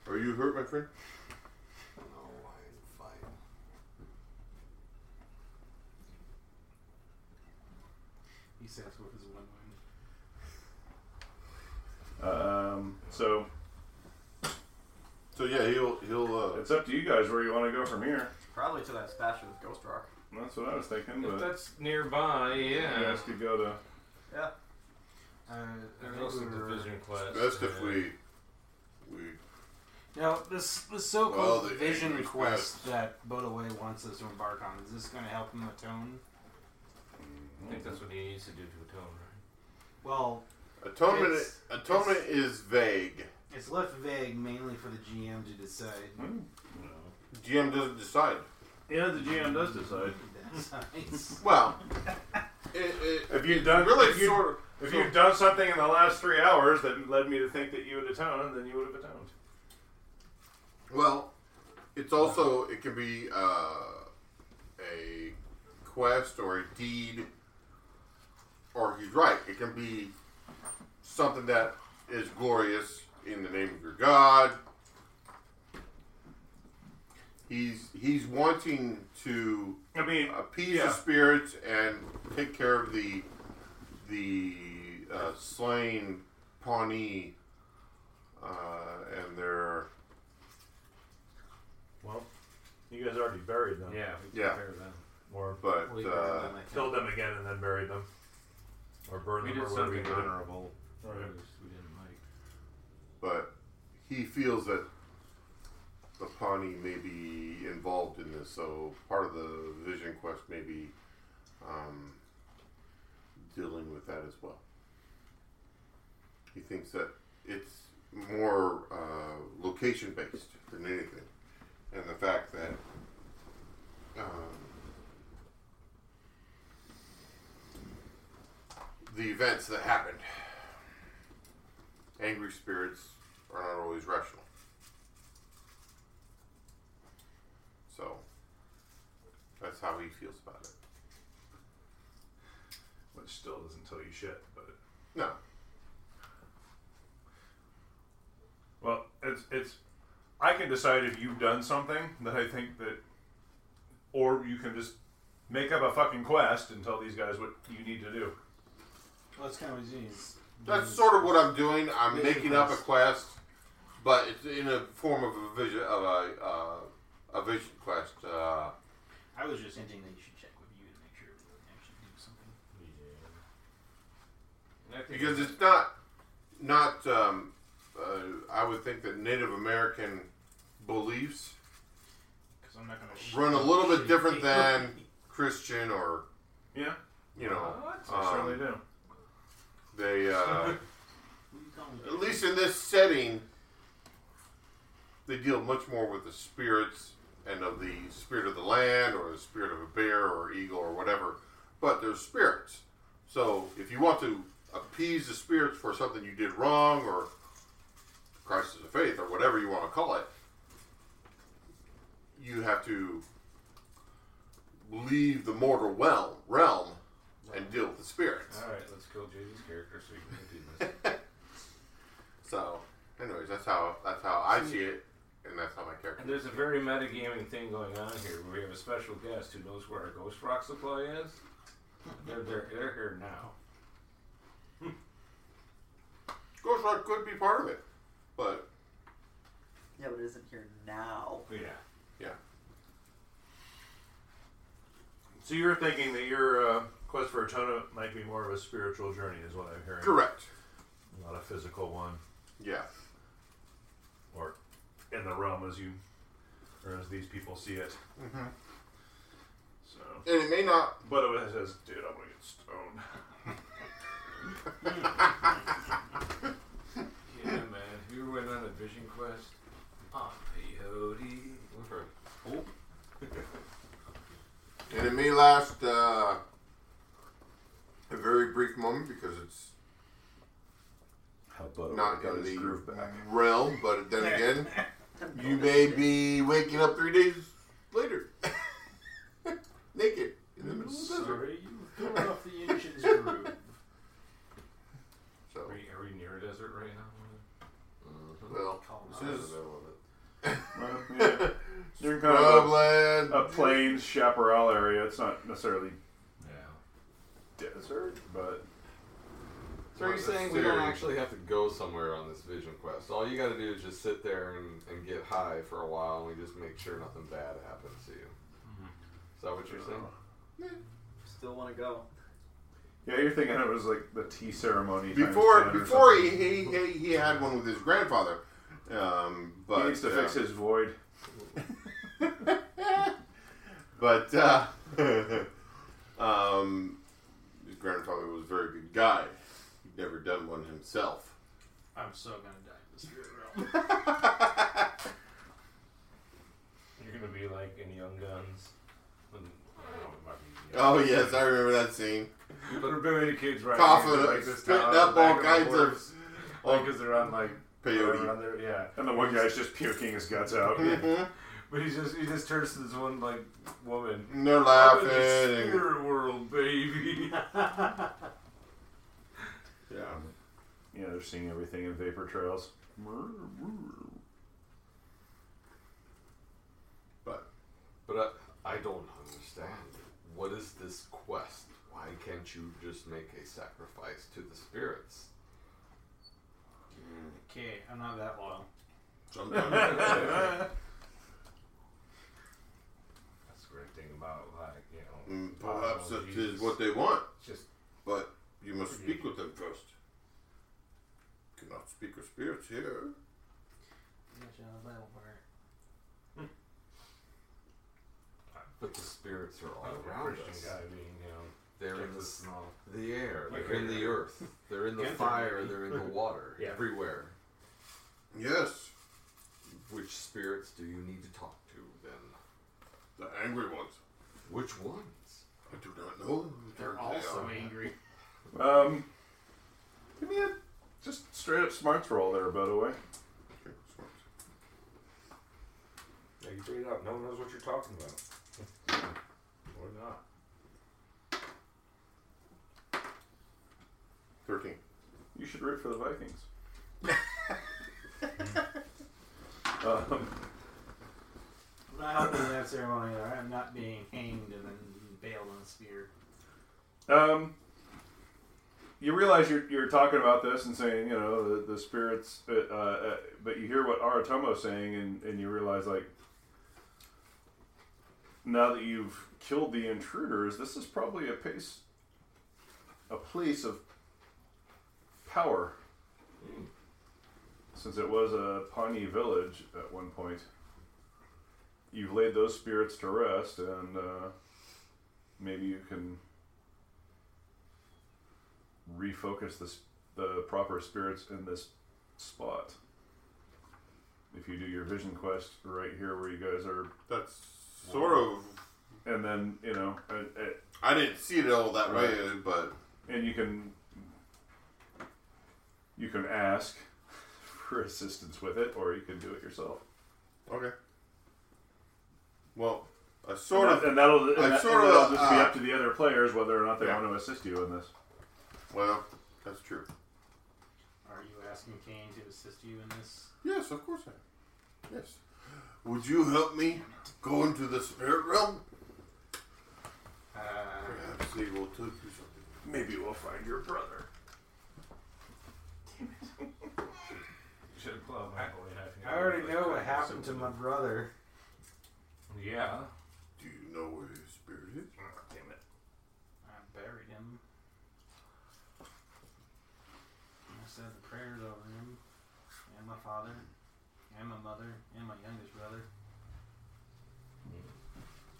[SPEAKER 3] die.
[SPEAKER 4] Are you hurt, my friend?
[SPEAKER 3] No, I'm fine.
[SPEAKER 1] He says with his one wing.
[SPEAKER 6] Um, so
[SPEAKER 4] So yeah, he'll he'll. Uh,
[SPEAKER 6] it's up to you guys where you want to go from here.
[SPEAKER 5] Probably to that statue with Ghost Rock.
[SPEAKER 6] That's what I was thinking,
[SPEAKER 2] If
[SPEAKER 6] but
[SPEAKER 2] that's nearby, yeah.
[SPEAKER 6] you guys could go to.
[SPEAKER 5] Yeah.
[SPEAKER 1] Uh,
[SPEAKER 2] There's also division quest.
[SPEAKER 4] best if
[SPEAKER 2] and-
[SPEAKER 4] we we
[SPEAKER 1] Now, this, this so
[SPEAKER 4] Well,
[SPEAKER 1] called
[SPEAKER 4] the
[SPEAKER 1] vision
[SPEAKER 4] English
[SPEAKER 1] quest
[SPEAKER 4] quest.
[SPEAKER 1] that Bodaway wants us to embark on, is this going to help him atone?
[SPEAKER 2] I think that's what he needs to do to atone, right?
[SPEAKER 1] Well,
[SPEAKER 4] atonement.
[SPEAKER 1] It's-
[SPEAKER 4] atonement is vague.
[SPEAKER 1] it's left vague mainly for the GM to decide.
[SPEAKER 6] Hmm.
[SPEAKER 4] GM doesn't decide.
[SPEAKER 6] Yeah, the GM does decide.
[SPEAKER 1] Decides.
[SPEAKER 4] Well, it, it,
[SPEAKER 6] If you've done
[SPEAKER 4] really
[SPEAKER 6] if you,
[SPEAKER 4] sort of.
[SPEAKER 6] if
[SPEAKER 4] so-
[SPEAKER 6] you've done something in the last three hours that led me to think that you would atone, then you would have atoned.
[SPEAKER 4] Well, it's also it can be uh, a quest or a deed, or he's right. It can be something that is glorious in the name of your God. He's he's wanting to
[SPEAKER 6] I mean,
[SPEAKER 4] appease
[SPEAKER 6] Yeah.
[SPEAKER 4] the spirits and take care of the the uh, slain Pawnee uh, and their
[SPEAKER 6] well, you guys already buried them.
[SPEAKER 2] Yeah, we can
[SPEAKER 4] Yeah.
[SPEAKER 2] prepare them.
[SPEAKER 6] Or
[SPEAKER 4] but.
[SPEAKER 1] We
[SPEAKER 4] uh,
[SPEAKER 1] burned them, I think.
[SPEAKER 6] killed them again and then buried them.
[SPEAKER 2] Or burn
[SPEAKER 7] We
[SPEAKER 2] them
[SPEAKER 7] did
[SPEAKER 2] or whatever we
[SPEAKER 7] something
[SPEAKER 2] did.
[SPEAKER 7] honorable.
[SPEAKER 6] Right.
[SPEAKER 2] We just- we didn't like.
[SPEAKER 4] but he feels that the Pawnee may be involved in this, so part of the vision quest may be um, dealing with that as well. He thinks that it's more uh, location based than anything, and the fact that um, the events that happened angry spirits are not always rational. So that's how he feels about it.
[SPEAKER 6] Which still doesn't tell you shit, but
[SPEAKER 4] No,
[SPEAKER 6] well, it's it's. I can decide if you've done something that I think that, or you can just make up a fucking quest and tell these guys what you need to do.
[SPEAKER 1] Well, that's kind of what he's.
[SPEAKER 4] that's sort of what I'm doing. I'm
[SPEAKER 1] Vision
[SPEAKER 4] making up a
[SPEAKER 1] quest.
[SPEAKER 4] quest, but it's in a form of a vision of a uh, a vision quest. Uh,
[SPEAKER 1] I was just hinting that you should check with you to make sure we actually do something.
[SPEAKER 2] And I think
[SPEAKER 4] because it's not not um, uh, I would think that Native American beliefs
[SPEAKER 1] Because I'm not going to.
[SPEAKER 4] run a little bit different than Christian or
[SPEAKER 6] Yeah,
[SPEAKER 4] you know
[SPEAKER 6] I certainly
[SPEAKER 4] um,
[SPEAKER 6] do.
[SPEAKER 4] they. Uh,
[SPEAKER 1] What do you call
[SPEAKER 4] At least in this setting, they deal much more with the spirits and of the spirit of the land or the spirit of a bear or eagle or whatever. But they're spirits. So if you want to appease the spirits for something you did wrong or crisis of faith or whatever you want to call it, you have to leave the mortal well, realm and deal with the spirits.
[SPEAKER 2] All right, let's kill Jesus' character so you can *laughs* do this.
[SPEAKER 4] So, anyways, that's how that's how I see it, and that's how my character.
[SPEAKER 2] and there's a very metagaming thing going on here. Where we have a special guest who knows where our ghost rock supply is. They're they're, they're here now.
[SPEAKER 4] Ghost Rock could be part of it, but
[SPEAKER 5] Yeah, but it isn't here now.
[SPEAKER 2] Yeah.
[SPEAKER 6] So you're thinking that your uh, quest for atonement might be more of a spiritual journey, is what I'm hearing.
[SPEAKER 4] correct.
[SPEAKER 6] Not a physical one,
[SPEAKER 4] Yeah,
[SPEAKER 6] or in the realm as you, or as these people see it.
[SPEAKER 4] Mhm.
[SPEAKER 6] So,
[SPEAKER 4] and it may
[SPEAKER 6] *laughs*
[SPEAKER 4] not.
[SPEAKER 6] but it says, "Dude, I'm gonna get stoned."
[SPEAKER 2] Yeah, man. If you went on a vision quest, on peyote.
[SPEAKER 3] Look for it.
[SPEAKER 4] And it may last uh, a very brief moment because it's
[SPEAKER 6] How but
[SPEAKER 4] not in the realm. But then again, you may be waking up three days later, *laughs* naked in the middle of the desert.
[SPEAKER 1] Sorry, you threw off the engines groove.
[SPEAKER 4] So,
[SPEAKER 2] Are we, are we near a desert right now?
[SPEAKER 3] Mhm.
[SPEAKER 4] well,
[SPEAKER 2] Mm-hmm.
[SPEAKER 1] Call
[SPEAKER 4] this is
[SPEAKER 3] middle of it.
[SPEAKER 4] *laughs*
[SPEAKER 6] Rockies chaparral area. It's not necessarily
[SPEAKER 2] Yeah.
[SPEAKER 6] desert, but
[SPEAKER 3] So are you
[SPEAKER 4] Not
[SPEAKER 3] saying we don't
[SPEAKER 4] necessarily.
[SPEAKER 3] actually have to go somewhere on this vision quest? All you got to do is just sit there and, and get high for a while, and we just make sure nothing bad happens to you.
[SPEAKER 2] Mm-hmm.
[SPEAKER 3] Is that what you're saying?
[SPEAKER 5] Still want to go.
[SPEAKER 6] uh, yeah, you're thinking it was like the tea ceremony. times
[SPEAKER 4] Before
[SPEAKER 6] 10 or
[SPEAKER 4] before he,
[SPEAKER 6] something.
[SPEAKER 4] he he he had one with his grandfather, um, but
[SPEAKER 6] he needs to fix
[SPEAKER 4] uh,
[SPEAKER 6] his void.
[SPEAKER 4] *laughs* But uh, *laughs* um, his grandfather was a very good guy. He'd never done one himself.
[SPEAKER 7] I'm so gonna die in the spirit realm.
[SPEAKER 2] You're gonna be like in Young Guns. When, I don't know, it might be Young
[SPEAKER 4] Oh
[SPEAKER 2] Guns.
[SPEAKER 4] yes, I remember that scene.
[SPEAKER 2] You better bury the kids right
[SPEAKER 4] Coughing,
[SPEAKER 2] here, like this
[SPEAKER 4] Uh, spitting
[SPEAKER 2] town,
[SPEAKER 4] up
[SPEAKER 2] back
[SPEAKER 4] all
[SPEAKER 2] and
[SPEAKER 4] kinds of-
[SPEAKER 2] forth. Uh, Like, cause they're on like whatever
[SPEAKER 4] Peyote. Mm-hmm.
[SPEAKER 2] on there, yeah.
[SPEAKER 6] And the one guy's just puking his
[SPEAKER 4] *laughs*
[SPEAKER 6] guts out.
[SPEAKER 2] But he just he just turns to this one like woman.
[SPEAKER 4] And they're
[SPEAKER 2] I'm in
[SPEAKER 4] laughing.
[SPEAKER 2] the
[SPEAKER 4] And,
[SPEAKER 2] spirit world, baby. *laughs*
[SPEAKER 4] yeah.
[SPEAKER 6] Yeah, they're seeing everything in vapor trails.
[SPEAKER 4] But
[SPEAKER 3] But I, I don't understand. What is this quest? Why can't you just make a sacrifice to the spirits?
[SPEAKER 1] Okay, I'm not that loyal.
[SPEAKER 4] Mm, sometimes
[SPEAKER 2] That's the great thing about like you know.
[SPEAKER 4] mm, perhaps
[SPEAKER 2] oh,
[SPEAKER 4] that is
[SPEAKER 2] Jesus.
[SPEAKER 4] what they want.
[SPEAKER 2] Just
[SPEAKER 4] But you must
[SPEAKER 7] Mm-hmm.
[SPEAKER 4] speak with them first. Cannot speak with spirits here.
[SPEAKER 1] Gotcha, that'll work.
[SPEAKER 3] But the spirits are all
[SPEAKER 2] like a
[SPEAKER 3] around
[SPEAKER 2] Christian
[SPEAKER 3] us.
[SPEAKER 2] guy being you
[SPEAKER 3] They're
[SPEAKER 2] know
[SPEAKER 3] in the,
[SPEAKER 2] Texas and all.
[SPEAKER 3] the air,
[SPEAKER 2] Like
[SPEAKER 3] they're in the
[SPEAKER 2] here. *laughs*
[SPEAKER 3] earth, they're in the
[SPEAKER 2] Cancer.
[SPEAKER 3] fire, they're in the water,
[SPEAKER 2] *laughs* Yeah.
[SPEAKER 3] everywhere.
[SPEAKER 4] Yes,
[SPEAKER 3] Which spirits do you need to talk to then?
[SPEAKER 4] the angry ones.
[SPEAKER 3] Which ones?
[SPEAKER 4] I do not know. who
[SPEAKER 7] They're
[SPEAKER 4] they
[SPEAKER 7] all so
[SPEAKER 4] are.
[SPEAKER 7] angry.
[SPEAKER 6] Um, give me a just straight up smarts roll there, by the way.
[SPEAKER 4] Okay, smart.
[SPEAKER 2] Yeah, you bring it up. No one knows what you're talking about. *laughs* or not.
[SPEAKER 4] Thirteen.
[SPEAKER 6] You should root for
[SPEAKER 4] *laughs*
[SPEAKER 6] the Vikings. um,
[SPEAKER 1] I'm not helping in that ceremony either. I'm not being hanged and then bailed on a spear.
[SPEAKER 6] Um, you realize you're, you're talking about this and saying, you know, the, the spirits, uh, uh, but you hear what Aratomo's saying, and, and you realize, like, now that you've killed the intruders, this is probably a place, a place of power, since it was a Pawnee village at one point. You've laid those spirits to rest, and uh, maybe you can refocus the, s- the proper spirits in this spot. If you do your vision quest right here where you guys are,
[SPEAKER 4] That's sort of.
[SPEAKER 6] and then, you know, and, and-
[SPEAKER 4] I didn't see it all that
[SPEAKER 6] Right.
[SPEAKER 4] way, but
[SPEAKER 6] and you can you can ask *laughs* for assistance with it or you can do it yourself
[SPEAKER 4] okay. Well, I sort
[SPEAKER 6] and,
[SPEAKER 4] of.
[SPEAKER 6] that, and that'll and
[SPEAKER 4] I
[SPEAKER 6] that,
[SPEAKER 4] sort
[SPEAKER 6] and that'll
[SPEAKER 4] of,
[SPEAKER 6] just be
[SPEAKER 4] uh,
[SPEAKER 6] up to the other players whether or not they
[SPEAKER 4] Yeah.
[SPEAKER 6] want to assist you in this
[SPEAKER 4] Well, that's true.
[SPEAKER 1] Are you asking Kane to assist you in this?
[SPEAKER 4] Yes, of course I. am. Yes. Would you help me go into the spirit realm?
[SPEAKER 1] Uh,
[SPEAKER 4] Perhaps they will tell you something.
[SPEAKER 6] maybe we'll find your brother
[SPEAKER 2] Should have club.
[SPEAKER 1] I- I already know what happened to my brother.
[SPEAKER 2] Yeah.
[SPEAKER 4] Do you know where his spirit is?
[SPEAKER 2] Damn it.
[SPEAKER 1] I buried him. I said the prayers over him, and my father, and my mother, and my youngest brother.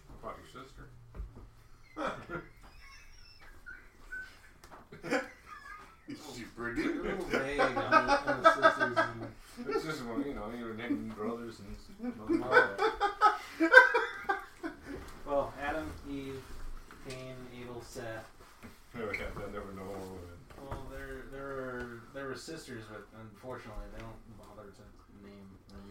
[SPEAKER 2] What about your sister?
[SPEAKER 4] Is she pretty?
[SPEAKER 1] You're a little vague on the, on the sisters. and-
[SPEAKER 2] It's just one, you know, you were naming brothers and and all that.
[SPEAKER 1] Well, Adam, Eve, Cain, Abel, Seth.
[SPEAKER 2] Never got that. Never know where women.
[SPEAKER 1] Well, there, there were there were sisters, but unfortunately, they don't bother to name them.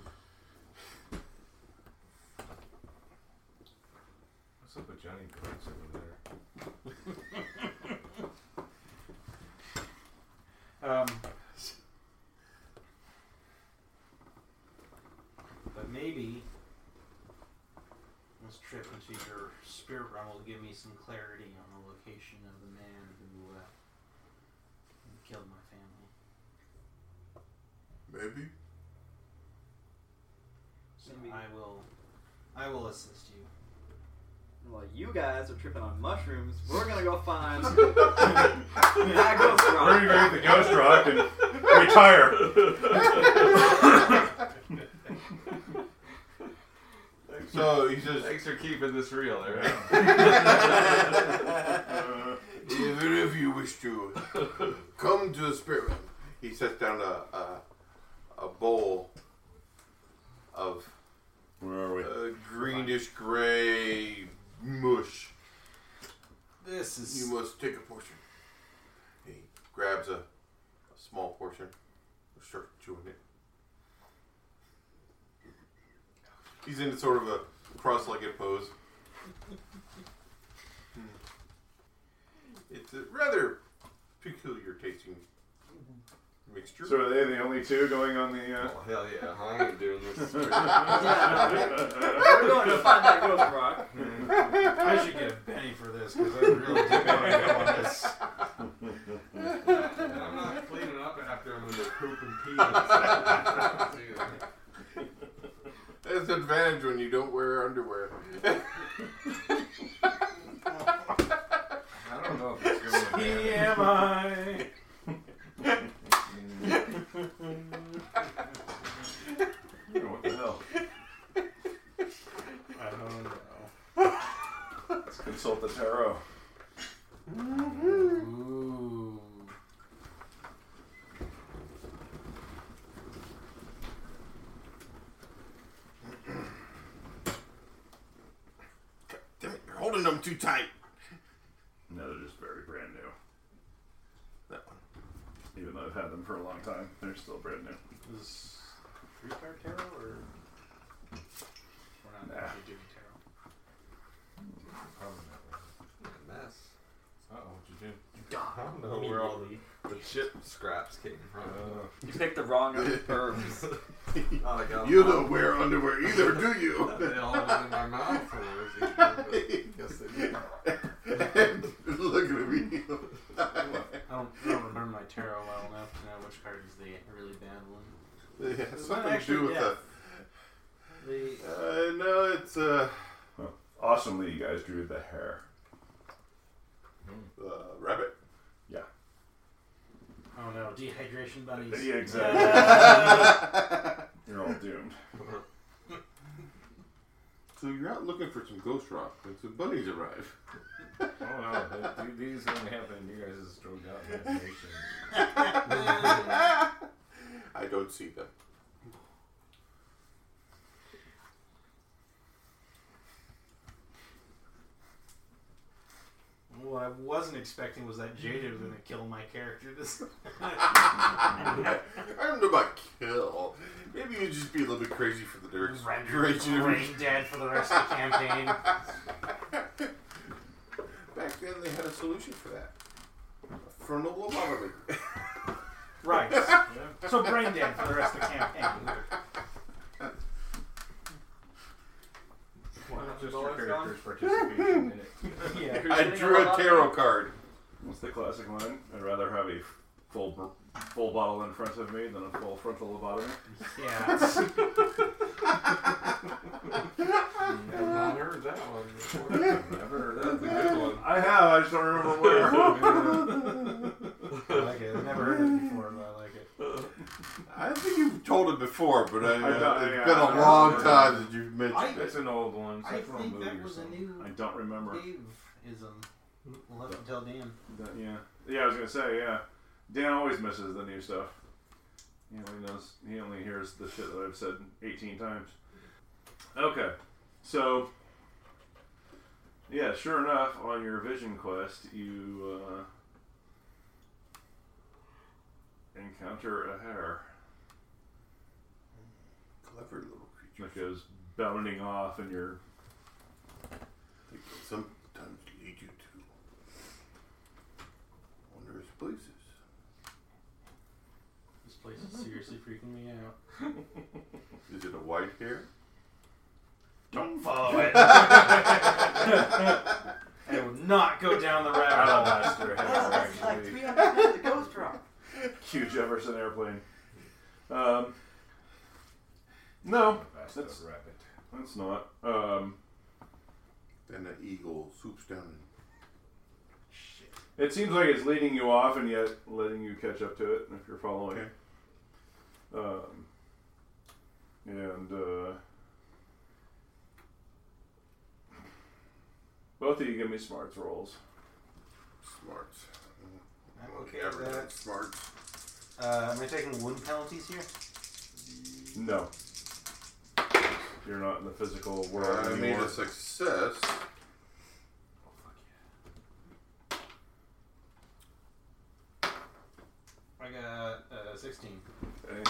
[SPEAKER 2] What's up with Johnny Brooks over there?
[SPEAKER 1] Um, but maybe let's trip into your Rum will give me some clarity on the location of the man who, uh, who killed my family.
[SPEAKER 4] Maybe.
[SPEAKER 1] So
[SPEAKER 5] Maybe-
[SPEAKER 1] I will, I will assist you.
[SPEAKER 5] While you guys are tripping on mushrooms, we're gonna go
[SPEAKER 6] *laughs*
[SPEAKER 5] find that ghost
[SPEAKER 6] We're gonna
[SPEAKER 5] rock.
[SPEAKER 6] go get the ghost rock and retire.
[SPEAKER 3] *laughs*
[SPEAKER 4] So he says, *laughs*
[SPEAKER 3] Thanks for keeping this real, Eric.
[SPEAKER 6] Uh,
[SPEAKER 4] even if you wish to come to the spirit realm, he sets down a a, a bowl of
[SPEAKER 6] Where are we?
[SPEAKER 4] uh, greenish gray mush.
[SPEAKER 1] This is
[SPEAKER 4] You must take a portion. He grabs a, a small portion, starts chewing it. He's in sort of a cross-legged pose. Hmm. it's a rather peculiar tasting mixture.
[SPEAKER 6] So are they the only two going on the? *laughs* Uh,
[SPEAKER 3] Oh, hell yeah, I ain't doing this.
[SPEAKER 5] *laughs* We're going to find that ghost rock.
[SPEAKER 1] I should get a penny for this because I really do want to go on this.
[SPEAKER 3] I'm not cleaning up after I'm gonna poop and pee. inside.
[SPEAKER 4] That's an advantage when you don't wear underwear.
[SPEAKER 3] I don't know if it's going there.
[SPEAKER 1] TMI.
[SPEAKER 2] Mm,
[SPEAKER 6] what the hell?
[SPEAKER 1] I don't know.
[SPEAKER 6] Let's consult the tarot.
[SPEAKER 1] Ooh.
[SPEAKER 4] Damn it, you're holding them too tight.
[SPEAKER 6] No, they're just very brand new.
[SPEAKER 4] That one.
[SPEAKER 6] Even though I've had them for a long time, they're still brand new.
[SPEAKER 1] Is three star tarot or
[SPEAKER 7] We're not
[SPEAKER 6] Nah.
[SPEAKER 7] actually doing tarot.
[SPEAKER 3] Probably not. Mess.
[SPEAKER 2] Uh oh, what'd you do?
[SPEAKER 3] I don't know where all the, the chip scraps came from.
[SPEAKER 5] You picked the wrong herbs.
[SPEAKER 3] Oh, *laughs* I got
[SPEAKER 4] You
[SPEAKER 3] them all.
[SPEAKER 4] don't wear underwear either, do you?
[SPEAKER 3] *laughs* They all went in my mouth. when I was eating them, but I guess they did.
[SPEAKER 4] Look at me.
[SPEAKER 1] I don't, I don't remember my tarot well enough to know which card is the really bad one.
[SPEAKER 4] It has
[SPEAKER 1] It's not
[SPEAKER 4] something to do
[SPEAKER 1] actually
[SPEAKER 4] with
[SPEAKER 1] death.
[SPEAKER 4] that.
[SPEAKER 1] The
[SPEAKER 4] Uh, no, it's uh,
[SPEAKER 6] Awesomely, you guys drew the hair.
[SPEAKER 4] uh, rabbit.
[SPEAKER 1] oh no dehydration buddies.
[SPEAKER 6] Yeah, exactly.
[SPEAKER 4] *laughs*
[SPEAKER 6] You're all doomed.
[SPEAKER 4] So you're out looking for some ghost rock when some bunnies arrive.
[SPEAKER 2] I don't know. but th- These didn't happen in you guys' drug out
[SPEAKER 3] *laughs*
[SPEAKER 2] imagination.
[SPEAKER 4] I don't see them.
[SPEAKER 1] *laughs* What I wasn't expecting was that Jada was going to kill my character. This *laughs*
[SPEAKER 4] I don't know about kill. Maybe you'd just be a little bit crazy for the direct duration. of- *laughs*
[SPEAKER 1] brain dead for the rest of the campaign.
[SPEAKER 4] Back then, they had a solution for that. A frontal lobotomy.
[SPEAKER 1] Right. So brain dead for the rest of the campaign.
[SPEAKER 2] Well, just your
[SPEAKER 5] Bullets gone?
[SPEAKER 2] character's participation in it.
[SPEAKER 1] Yeah.
[SPEAKER 4] I drew a tarot card.
[SPEAKER 6] What's the classic line? I'd rather have a full br- full bottle in front of me than a full frontal lobotomy.
[SPEAKER 1] Yeah.
[SPEAKER 3] *laughs* I've not heard that one before.
[SPEAKER 2] Never heard
[SPEAKER 3] That's
[SPEAKER 2] of
[SPEAKER 3] a
[SPEAKER 2] it.
[SPEAKER 3] good *laughs* one.
[SPEAKER 6] I have. I just don't
[SPEAKER 4] *laughs*
[SPEAKER 6] remember where.
[SPEAKER 1] I like it. I've never heard it before, but I like it.
[SPEAKER 4] I think you've told it before, but I, uh,
[SPEAKER 6] I don't-
[SPEAKER 4] it's
[SPEAKER 6] yeah,
[SPEAKER 4] been
[SPEAKER 6] I
[SPEAKER 4] a
[SPEAKER 6] don't
[SPEAKER 4] long
[SPEAKER 6] remember.
[SPEAKER 4] time that you've mentioned
[SPEAKER 2] *laughs* That's
[SPEAKER 4] it.
[SPEAKER 2] an old one. It's
[SPEAKER 1] I
[SPEAKER 2] like from a
[SPEAKER 1] think
[SPEAKER 2] movie
[SPEAKER 1] that
[SPEAKER 2] or
[SPEAKER 1] was a
[SPEAKER 2] something.
[SPEAKER 1] new
[SPEAKER 6] I don't remember.
[SPEAKER 1] Daveism. We'll have to tell Dan.
[SPEAKER 6] That- yeah. Yeah, I was gonna say. Yeah. Dan always misses the new stuff. He only knows. He only hears the shit that I've said 18 times. Okay. So. Yeah. Sure enough, on your vision quest, you uh, encounter a hare
[SPEAKER 4] Clever little
[SPEAKER 6] that goes bounding off, and you're
[SPEAKER 4] They can sometimes lead you to wondrous places.
[SPEAKER 1] This place is seriously freaking me out.
[SPEAKER 4] Is it a white hair?
[SPEAKER 6] *laughs*
[SPEAKER 1] Don't follow it. not go down the
[SPEAKER 2] I
[SPEAKER 1] rabbit
[SPEAKER 2] don't
[SPEAKER 1] hole.
[SPEAKER 2] watch their
[SPEAKER 8] Wow,
[SPEAKER 2] head
[SPEAKER 8] that's like
[SPEAKER 2] actually.
[SPEAKER 8] 300 years the ghost rock.
[SPEAKER 6] Q Jefferson airplane. Um, no,
[SPEAKER 2] That's
[SPEAKER 6] that's
[SPEAKER 2] a rabbit.
[SPEAKER 6] that's not. Um,
[SPEAKER 4] Then the eagle swoops down. and-
[SPEAKER 6] it seems like it's leading you off and yet letting you catch up to it if you're following.
[SPEAKER 4] Okay.
[SPEAKER 6] Um, and uh, both of you give me smarts rolls.
[SPEAKER 4] Smarts.
[SPEAKER 1] I'm okay
[SPEAKER 4] Never
[SPEAKER 1] with
[SPEAKER 4] done
[SPEAKER 1] that.
[SPEAKER 4] smarts.
[SPEAKER 1] Uh, am I taking wound penalties here?
[SPEAKER 6] No, you're not in the physical world
[SPEAKER 4] I made
[SPEAKER 6] anymore.
[SPEAKER 4] a success.
[SPEAKER 1] I got uh, 16.
[SPEAKER 6] Okay.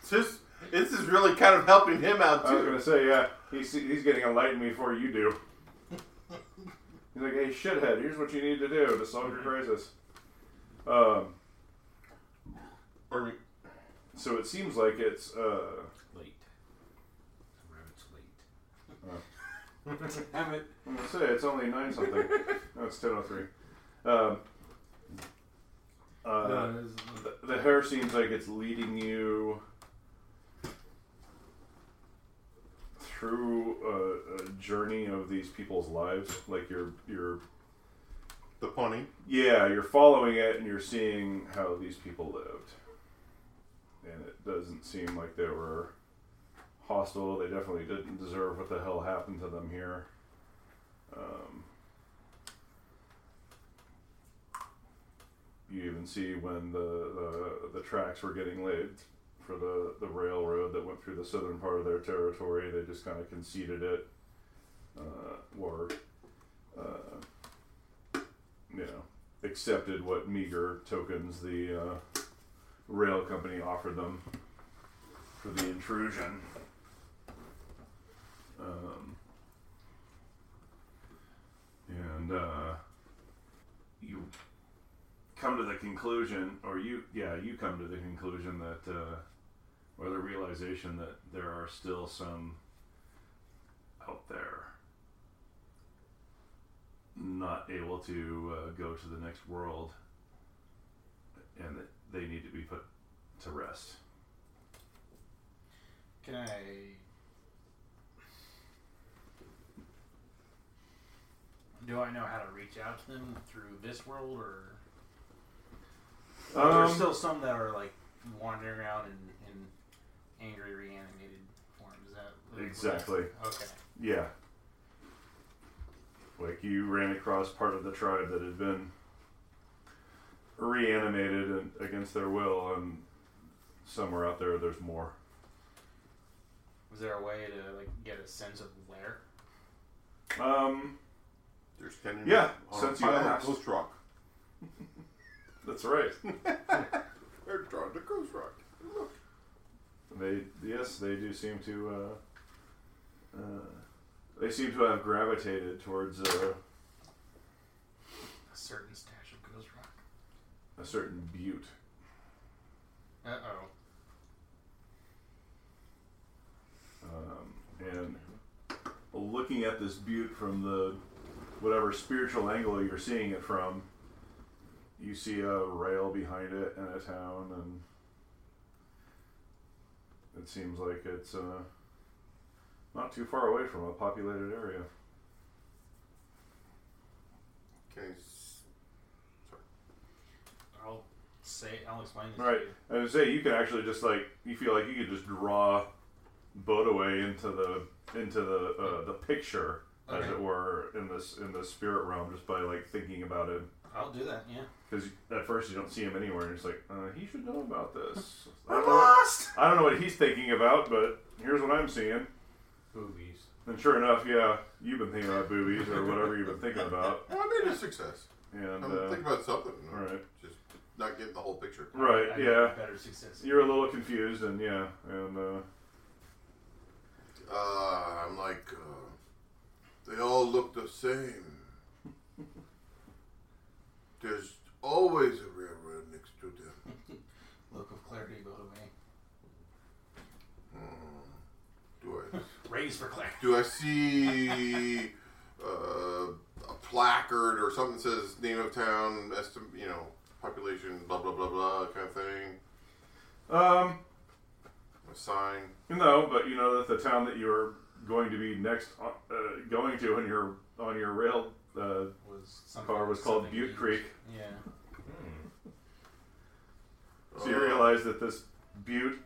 [SPEAKER 4] It's just, this is really kind of helping him out
[SPEAKER 6] I was
[SPEAKER 4] too.
[SPEAKER 6] gonna say, yeah, he's, he's getting enlightened before you do. He's like, hey, shithead, here's what you need to do to solve your crisis. Um,
[SPEAKER 4] Or
[SPEAKER 6] so it seems like it's uh,
[SPEAKER 2] Late. The rabbit's late.
[SPEAKER 5] Damn it.
[SPEAKER 6] I'm gonna say it's only nine something. no, it's ten oh three. Um, uh, the, the hair seems like it's leading you through a, a journey of these people's lives. Like you're you're
[SPEAKER 4] the pony.
[SPEAKER 6] Yeah, you're following it and you're seeing how these people lived. And it doesn't seem like they were hostile. They definitely didn't deserve what the hell happened to them here. Um, you even see when the, the, the tracks were getting laid for the, the railroad that went through the southern part of their territory, they just kind of conceded it. Uh, or, uh, you know, accepted what meager tokens the uh, rail company offered them for the intrusion. Um, and uh, you come to the conclusion, or you, yeah, you come to the conclusion that, uh, or the realization that there are still some out there not able to uh, go to the next world and that they need to be put to rest.
[SPEAKER 1] Can I. Do I know how to reach out to them through this world, or
[SPEAKER 6] Um,
[SPEAKER 1] there's still some that are like wandering around in, in angry reanimated forms? Is that
[SPEAKER 6] exactly.
[SPEAKER 1] Okay.
[SPEAKER 6] Yeah. Like you ran across part of the tribe that had been reanimated and against their will, and somewhere out there, there's more.
[SPEAKER 1] Was there a way to like get a sense of where?
[SPEAKER 6] Um,
[SPEAKER 4] There's ten.
[SPEAKER 6] Yeah,
[SPEAKER 4] on
[SPEAKER 6] since
[SPEAKER 4] a
[SPEAKER 6] you
[SPEAKER 4] pile of
[SPEAKER 6] asked.
[SPEAKER 4] Ghost rock.
[SPEAKER 6] that's right.
[SPEAKER 4] They're drawn to ghost rock. Look.
[SPEAKER 6] They yes, they do seem to. Uh, uh, they seem to have gravitated towards
[SPEAKER 1] A
[SPEAKER 6] uh,
[SPEAKER 1] certain stash of Ghost Rock.
[SPEAKER 6] a certain butte.
[SPEAKER 1] Uh oh.
[SPEAKER 6] Um, and looking at this butte from the whatever spiritual angle you're seeing it from, you see a rail behind it and a town, and it seems like it's uh, not too far away from a populated area.
[SPEAKER 4] Okay. s-
[SPEAKER 1] I'll say. I'll explain this.
[SPEAKER 6] Right.
[SPEAKER 1] To you.
[SPEAKER 6] I would say you could actually just like you feel like you could just draw boat away into the into the uh, the picture as
[SPEAKER 1] Okay.
[SPEAKER 6] it were in this in the spirit realm just by like thinking about it
[SPEAKER 1] I'll do that. Yeah.
[SPEAKER 6] because at first you don't see him anywhere and it's like uh, he should know about this.
[SPEAKER 4] *laughs*
[SPEAKER 6] I
[SPEAKER 1] I'm
[SPEAKER 6] don't, know,
[SPEAKER 1] lost.
[SPEAKER 6] I don't know what he's thinking about, but here's what I'm seeing.
[SPEAKER 2] Boobies.
[SPEAKER 6] And sure enough, yeah, you've been thinking about boobies or whatever you've
[SPEAKER 4] *laughs*
[SPEAKER 6] been thinking about,
[SPEAKER 4] Well, I made a success.
[SPEAKER 6] and
[SPEAKER 4] I'm
[SPEAKER 6] uh,
[SPEAKER 4] thinking about something.
[SPEAKER 6] all right,
[SPEAKER 4] Just not getting the whole picture.
[SPEAKER 1] I
[SPEAKER 6] right,
[SPEAKER 1] need
[SPEAKER 6] yeah,
[SPEAKER 1] Better success.
[SPEAKER 6] you're a little confused, and yeah, and uh,
[SPEAKER 4] Uh, I'm like, uh, they all look the same. There's always a railroad next to them.
[SPEAKER 1] Look of clarity, by the way.
[SPEAKER 4] Hmm. Do I
[SPEAKER 1] Raise for clarity.
[SPEAKER 4] do I see uh, placard or something that says name of town, estim- you know, population, blah blah blah blah kind of thing.
[SPEAKER 6] Um,
[SPEAKER 4] A sign.
[SPEAKER 6] no, but you know that the town that you're going to be next on, uh, going to on your on your rail uh,
[SPEAKER 1] Was something,
[SPEAKER 6] car was called
[SPEAKER 1] something
[SPEAKER 6] Butte
[SPEAKER 1] huge.
[SPEAKER 6] Creek.
[SPEAKER 1] Yeah.
[SPEAKER 6] So you
[SPEAKER 4] Uh,
[SPEAKER 6] realize that this butte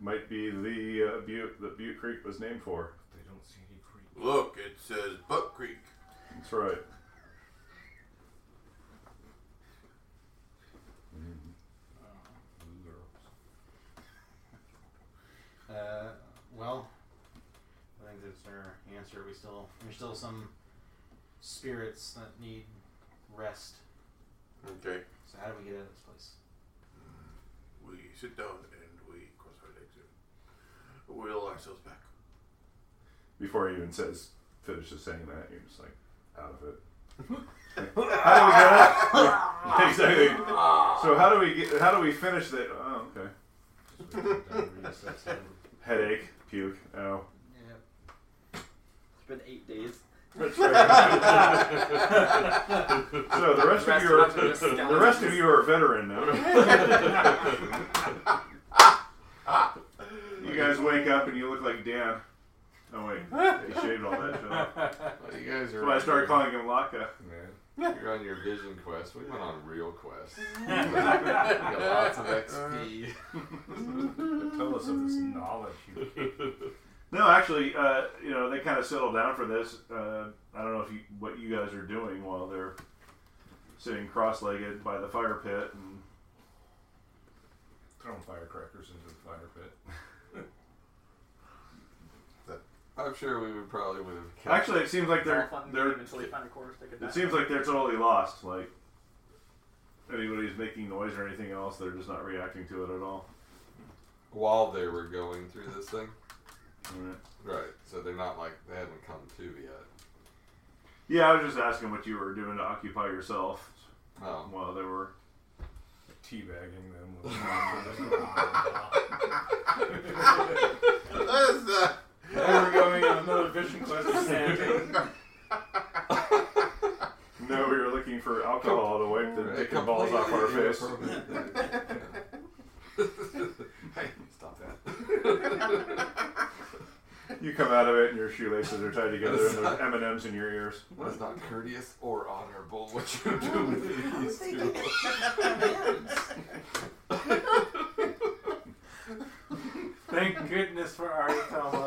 [SPEAKER 6] might be the uh, butte that Butte Creek was named for.
[SPEAKER 2] They don't see any creek.
[SPEAKER 4] Look, it says Buck Creek.
[SPEAKER 6] That's right.
[SPEAKER 2] Blue girls.
[SPEAKER 1] Uh, well, I think that's our answer. We still there's still some spirits that need rest.
[SPEAKER 4] Okay.
[SPEAKER 1] So how do we get out of this place?
[SPEAKER 4] We sit down and we cross our legs and wheel ourselves
[SPEAKER 6] *laughs*
[SPEAKER 4] back.
[SPEAKER 6] Before he even says finishes saying that, you're just like out of it. how do we get out? *laughs* exactly. So how do we get? How do we finish that? Oh, okay.
[SPEAKER 2] Just wait till *laughs* dawn reads that sound.
[SPEAKER 6] Headache, puke. Oh,
[SPEAKER 1] Yeah.
[SPEAKER 5] It's been eight days.
[SPEAKER 6] *laughs* that's right. so the rest of you are the rest of you are a veteran now. you guys wake up and you look like Dan. Oh wait, he shaved all that. shit off.
[SPEAKER 3] Well, you guys are.
[SPEAKER 6] So I started calling him Laka.
[SPEAKER 2] Man.
[SPEAKER 3] You're on your vision quest. We went on real
[SPEAKER 6] *laughs*
[SPEAKER 3] quest. we got lots of XP.
[SPEAKER 2] Tell us of this knowledge *laughs* you
[SPEAKER 6] No, actually, uh, you know they kind of settle down for this. Uh, I don't know if you, what you guys are doing while they're sitting cross-legged by the fire pit, and
[SPEAKER 2] throwing firecrackers into the fire pit.
[SPEAKER 3] I'm sure we would probably would have. kept-
[SPEAKER 6] actually it seems like
[SPEAKER 5] They're,
[SPEAKER 6] they're
[SPEAKER 5] fun
[SPEAKER 6] they're
[SPEAKER 5] game until you find a corner stick
[SPEAKER 6] it seems like they're totally lost. Like anybody's making noise or anything else, they're just not reacting to it at all.
[SPEAKER 3] while they were going through this thing.
[SPEAKER 6] Alright.
[SPEAKER 3] Right. So they're not like they haven't come to yet.
[SPEAKER 6] Yeah, I was just asking what you were doing to occupy yourself
[SPEAKER 3] Oh.
[SPEAKER 6] while they were.
[SPEAKER 2] Teabagging them with
[SPEAKER 4] That's
[SPEAKER 6] *laughs*
[SPEAKER 4] uh,
[SPEAKER 2] Now we're going on another vision quest with Santa.
[SPEAKER 6] No, we were looking for alcohol to wipe the dick and balls off our
[SPEAKER 1] *laughs*
[SPEAKER 3] Completely
[SPEAKER 6] face.
[SPEAKER 3] inappropriate. *laughs* hey, stop that.
[SPEAKER 6] You come out of it and your shoelaces are tied together and there's M and M's in your ears.
[SPEAKER 3] That's not courteous or honorable what
[SPEAKER 1] *laughs*
[SPEAKER 3] you do with these *laughs* two.
[SPEAKER 7] Thank goodness for Ariatoma.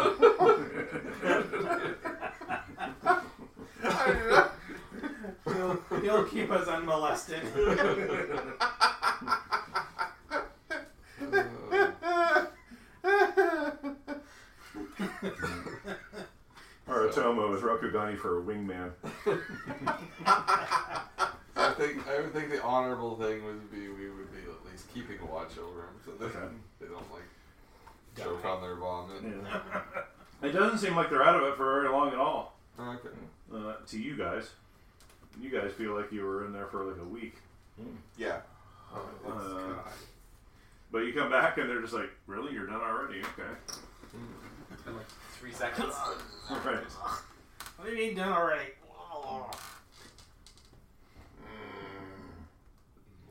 [SPEAKER 1] *laughs* He'll, *laughs* he'll keep
[SPEAKER 3] *laughs*
[SPEAKER 1] us *laughs* unmolested.
[SPEAKER 6] Aratomo is Rokugani for a wingman.
[SPEAKER 3] I think I would think the honorable thing would be we would be at least keeping watch over them so they,
[SPEAKER 6] Okay.
[SPEAKER 3] *laughs* they don't like choke on their vomit.
[SPEAKER 6] It doesn't seem like they're out of it for very long at all.
[SPEAKER 3] Okay.
[SPEAKER 6] Uh, to you guys, you guys feel like you were in there for like a week,
[SPEAKER 4] yeah.
[SPEAKER 6] Uh, but you come back and they're just like, "Really, you're done already? Okay,
[SPEAKER 5] Three seconds.
[SPEAKER 6] *laughs* all right."
[SPEAKER 1] what do you mean done already?
[SPEAKER 3] Well,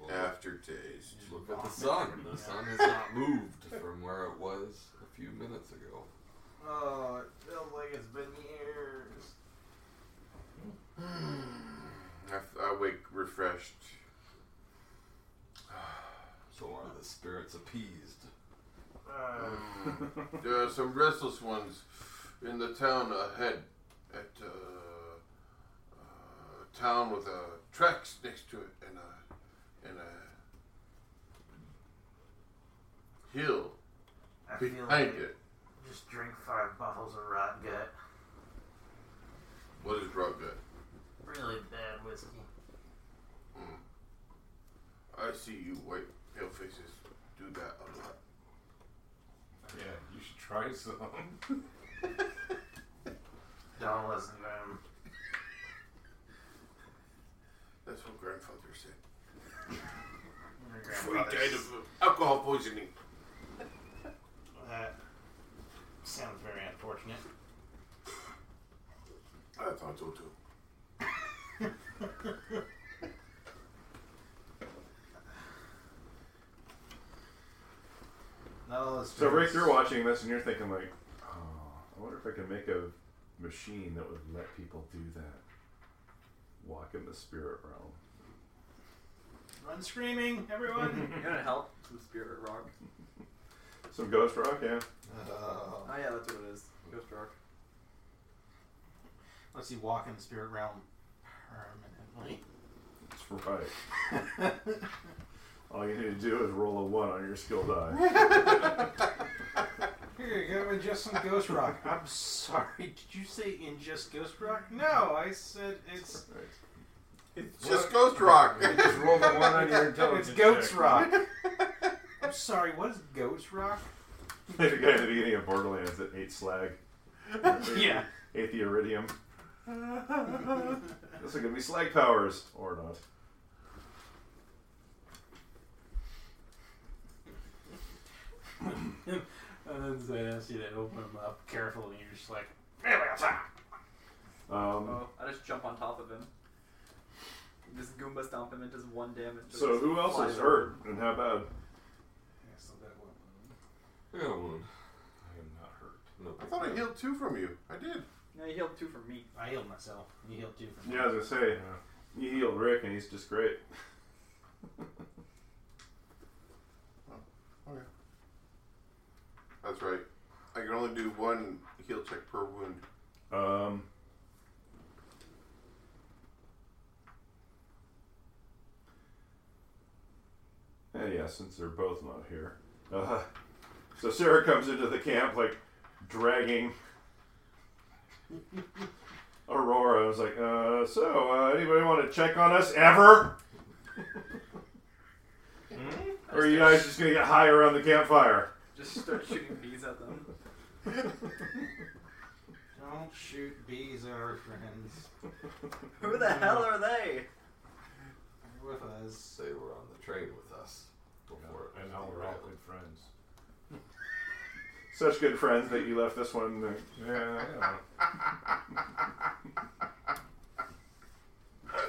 [SPEAKER 6] uh,
[SPEAKER 4] Aftertaste. *sighs*
[SPEAKER 3] Look at the sun. The sun has
[SPEAKER 6] *laughs*
[SPEAKER 3] not moved from where it was a few minutes ago.
[SPEAKER 1] Oh, it feels like it's been years.
[SPEAKER 4] I, I wake refreshed.
[SPEAKER 3] So are the spirits appeased?
[SPEAKER 4] Mm. *laughs* there are some restless ones in the town ahead at uh, uh, town with uh, tracks next to it and a and a hill
[SPEAKER 1] I feel
[SPEAKER 4] behind
[SPEAKER 1] like
[SPEAKER 4] it.
[SPEAKER 1] just drink five bottles of rot gut.
[SPEAKER 4] What is drug that?
[SPEAKER 1] Really bad whiskey.
[SPEAKER 4] I see you white pale faces do that a lot.
[SPEAKER 2] Yeah, you should try some.
[SPEAKER 1] Don't listen to him.
[SPEAKER 4] That's what grandfather said.
[SPEAKER 1] Your
[SPEAKER 4] Before he
[SPEAKER 1] grandfather
[SPEAKER 4] died of uh, alcohol poisoning.
[SPEAKER 1] That sounds very unfortunate.
[SPEAKER 4] I thought so too.
[SPEAKER 6] So Rick, you're watching this and you're thinking like, oh, I wonder if I can make a machine that would let people do that. Walk in the spirit realm.
[SPEAKER 1] Run screaming, everyone!
[SPEAKER 5] You gonna help some spirit rock?
[SPEAKER 6] Some ghost rock, yeah.
[SPEAKER 1] Mm-hmm. Uh,
[SPEAKER 5] Oh yeah, that's what it is. Ghost rock.
[SPEAKER 1] Let's see, walk in the spirit realm permanently. *laughs*
[SPEAKER 6] That's right. All you need to do is roll a one on your skill die.
[SPEAKER 1] Here, you gotta ingest some ghost rock. I'm sorry, did you say ingest ghost rock? No, I said it's
[SPEAKER 6] Right.
[SPEAKER 4] It's just Ghost *laughs* Rock.
[SPEAKER 2] You just roll the one on your intelligence.
[SPEAKER 1] it's goat's
[SPEAKER 2] check.
[SPEAKER 1] rock. *laughs* I'm sorry, what is goat's rock?
[SPEAKER 6] *laughs* Like the guy at the beginning of Borderlands that ate slag.
[SPEAKER 1] Yeah.
[SPEAKER 6] Ate the iridium. *laughs* this will give me slag powers. Or not.
[SPEAKER 1] and then they ask you to open them up carefully, and you're just like, "Really, it's hot."
[SPEAKER 6] Um,
[SPEAKER 5] Oh, I just jump on top of him. Just Goomba stomp him. It does one damage.
[SPEAKER 6] so
[SPEAKER 5] Just
[SPEAKER 6] who else
[SPEAKER 5] flies
[SPEAKER 6] is
[SPEAKER 5] over.
[SPEAKER 6] hurt and how bad?
[SPEAKER 1] Yeah, so that one-
[SPEAKER 3] I got a wound.
[SPEAKER 6] I am not hurt.
[SPEAKER 3] No
[SPEAKER 4] I
[SPEAKER 3] big
[SPEAKER 4] thought I
[SPEAKER 3] deal.
[SPEAKER 4] healed two from you. I did.
[SPEAKER 5] No, you healed two from me.
[SPEAKER 1] I healed myself. You healed too. From
[SPEAKER 6] Yeah, I was gonna say, you healed Rick and he's just great.
[SPEAKER 4] That's right. I can only do one heal check per
[SPEAKER 6] *laughs*
[SPEAKER 4] wound.
[SPEAKER 6] Um, and yeah, since they're both not here. Uh, so Sarah comes into the camp, like, dragging Aurora. I was like, uh, so, uh, anybody want to check on us ever? Or are you guys just going to get high around the campfire?
[SPEAKER 5] Just start shooting bees at them.
[SPEAKER 1] Don't shoot bees at our friends.
[SPEAKER 5] *laughs* Who the hell are they?
[SPEAKER 1] They're with us.
[SPEAKER 3] They were on the train with us before. it
[SPEAKER 2] And
[SPEAKER 3] was
[SPEAKER 2] now we're all
[SPEAKER 3] derailed.
[SPEAKER 2] good friends.
[SPEAKER 6] Such good friends that you left this one. uh, Yeah, yeah.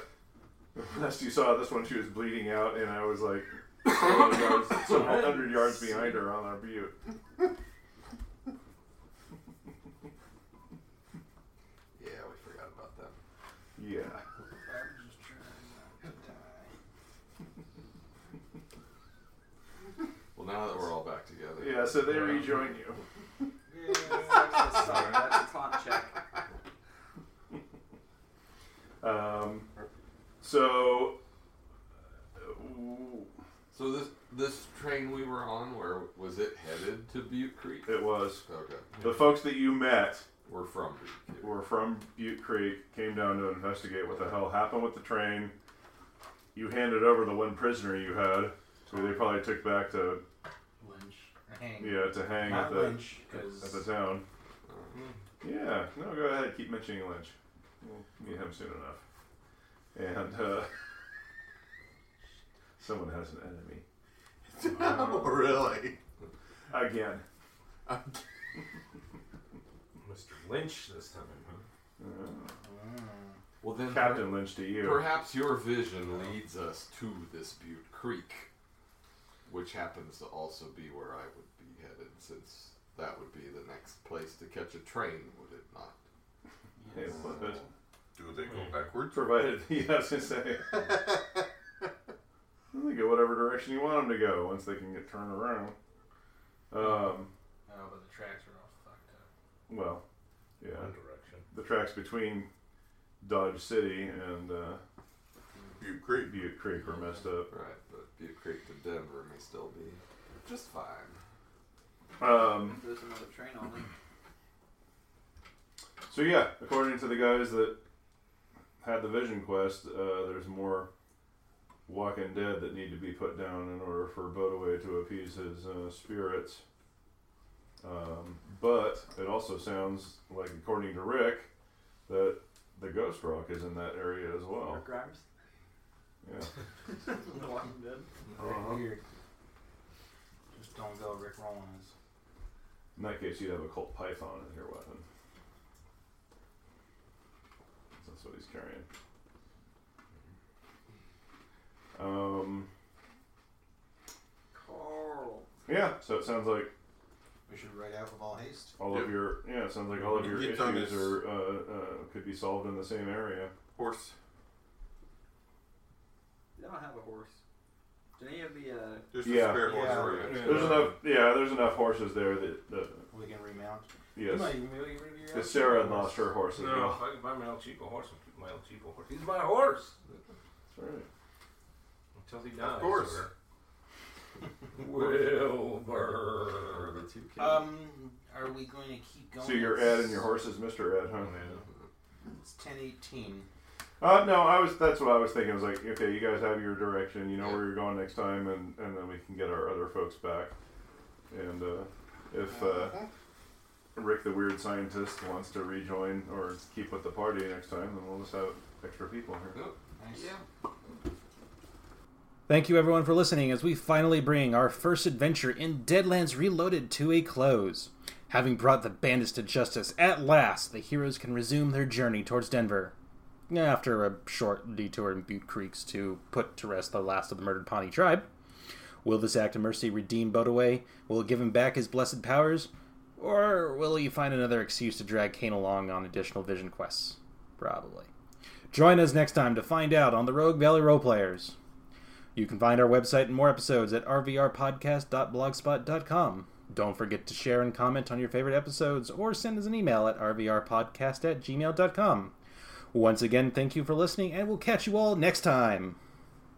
[SPEAKER 6] Last you saw this one, she was bleeding out, and I was like, some hundred yards behind her on our butte.
[SPEAKER 3] Yeah, we forgot about them.
[SPEAKER 6] Yeah.
[SPEAKER 1] I'm just trying not to die.
[SPEAKER 3] Well, now that we're all back together.
[SPEAKER 6] Yeah, so they rejoin you.
[SPEAKER 1] Yeah.
[SPEAKER 5] That's a, that's a taunt check.
[SPEAKER 6] Um, so. uh, ooh,
[SPEAKER 3] So this this train we were on, where was it headed to Butte Creek?
[SPEAKER 6] It was.
[SPEAKER 3] Okay,
[SPEAKER 6] The folks that you met
[SPEAKER 3] we're from Butte. Creek.
[SPEAKER 6] were from Butte Creek, came down to investigate what the hell happened with the train. You handed over the one prisoner you had, who they probably took back to
[SPEAKER 1] Lynch. Or hang.
[SPEAKER 6] yeah to hang
[SPEAKER 1] Not
[SPEAKER 6] at the
[SPEAKER 1] Lynch,
[SPEAKER 6] at the
[SPEAKER 1] because
[SPEAKER 6] town. Yeah, no, go ahead, keep mentioning Lynch. We'll meet him soon enough. And uh, *laughs* someone has an enemy
[SPEAKER 4] oh, really?
[SPEAKER 6] again.
[SPEAKER 2] Mr. Lynch this time, huh?
[SPEAKER 6] Uh,
[SPEAKER 3] Well then,
[SPEAKER 6] Captain Lynch to you.
[SPEAKER 3] Perhaps your vision leads us to this Butte Creek, which happens to also be where I would be headed, since that would be the next place to catch a train, would it not?
[SPEAKER 6] Hey, what the-
[SPEAKER 4] Do they go backwards?
[SPEAKER 6] Provided, yeah, I was gonna say. they go whatever direction you want them to go once they can get turned around.
[SPEAKER 1] *laughs*
[SPEAKER 6] Um,
[SPEAKER 1] oh, but the tracks are all fucked up.
[SPEAKER 6] well, yeah,
[SPEAKER 2] One direction.
[SPEAKER 6] the tracks between Dodge City and uh,
[SPEAKER 4] You creep.
[SPEAKER 6] Butte Creek were messed up.
[SPEAKER 3] Right, but Butte Creek to Denver may still be just fine.
[SPEAKER 6] Um,
[SPEAKER 5] There's another train on them.
[SPEAKER 6] so yeah, according to the guys that had the Vision Quest, uh, there's more Walking Dead that need to be put down in order for Bodaway to appease his uh, spirits. Um, but it also sounds like, according to Rick, that the Ghost Rock is in that area as well.
[SPEAKER 5] Or
[SPEAKER 1] *laughs*
[SPEAKER 5] Grimes.
[SPEAKER 6] Yeah. Uh-huh.
[SPEAKER 5] The Walking Dead.
[SPEAKER 1] Very Weird. Just don't go Rick Rollins.
[SPEAKER 6] In that case, you'd have a Colt Python in your weapon. That's what he's carrying. Um,
[SPEAKER 5] Carl.
[SPEAKER 6] yeah, so it sounds like
[SPEAKER 1] We should write out with all haste.
[SPEAKER 6] All
[SPEAKER 4] Yep.
[SPEAKER 6] of your yeah, it sounds like all of your
[SPEAKER 4] Get on
[SPEAKER 6] issues
[SPEAKER 4] this.
[SPEAKER 6] are uh, uh, could be solved in the same area.
[SPEAKER 4] Horse.
[SPEAKER 5] I don't have a horse. Do any of the uh,
[SPEAKER 4] There's
[SPEAKER 6] Yeah.
[SPEAKER 4] a spare horse
[SPEAKER 1] Yeah.
[SPEAKER 4] for you.
[SPEAKER 6] There's enough yeah, there's enough horses there that, that
[SPEAKER 1] We can remount. You
[SPEAKER 6] yes,
[SPEAKER 1] might even be able to get rid of your own
[SPEAKER 6] because Sarah
[SPEAKER 1] horse.
[SPEAKER 6] lost her horse as
[SPEAKER 2] No, if
[SPEAKER 6] well.
[SPEAKER 2] I can buy my El Cheapo horse, I'll keep my El Cheapo horse. He's my horse
[SPEAKER 6] That's right.
[SPEAKER 2] until he dies.
[SPEAKER 4] course.
[SPEAKER 2] or- Wilbur.
[SPEAKER 3] Or the two kids.
[SPEAKER 1] Um, are we going to keep going?
[SPEAKER 6] So your Ed and your horse is Mister Ed, huh?
[SPEAKER 1] It's ten eighteen.
[SPEAKER 6] Uh, no, I was. That's what I was thinking. I was like, okay, you guys have your direction. You know where you're going next time, and, and then we can get our other folks back. And uh, if uh, Rick, the weird scientist, wants to rejoin or keep with the party next time, then we'll just have extra people here.
[SPEAKER 3] Oh.
[SPEAKER 1] Nice.
[SPEAKER 3] Yeah.
[SPEAKER 1] Thank you everyone for listening as we finally bring our first adventure in Deadlands Reloaded to a close. Having brought the bandits to justice at last, the heroes can resume their journey towards Denver. After a short detour in Butte Creeks to put to rest the last of the murdered Pawnee tribe. Will this act of mercy redeem Bodaway? Will it give him back his blessed powers? Or will he find another excuse to drag Kane along on additional vision quests? Probably. Join us next time to find out on the Rogue Valley Role Players. You can find our website and more episodes at rvrpodcast.blogspot.com. Don't forget to share and comment on your favorite episodes or send us an email at rvrpodcast at gmail.com. Once again, thank you for listening, and we'll catch you all next time.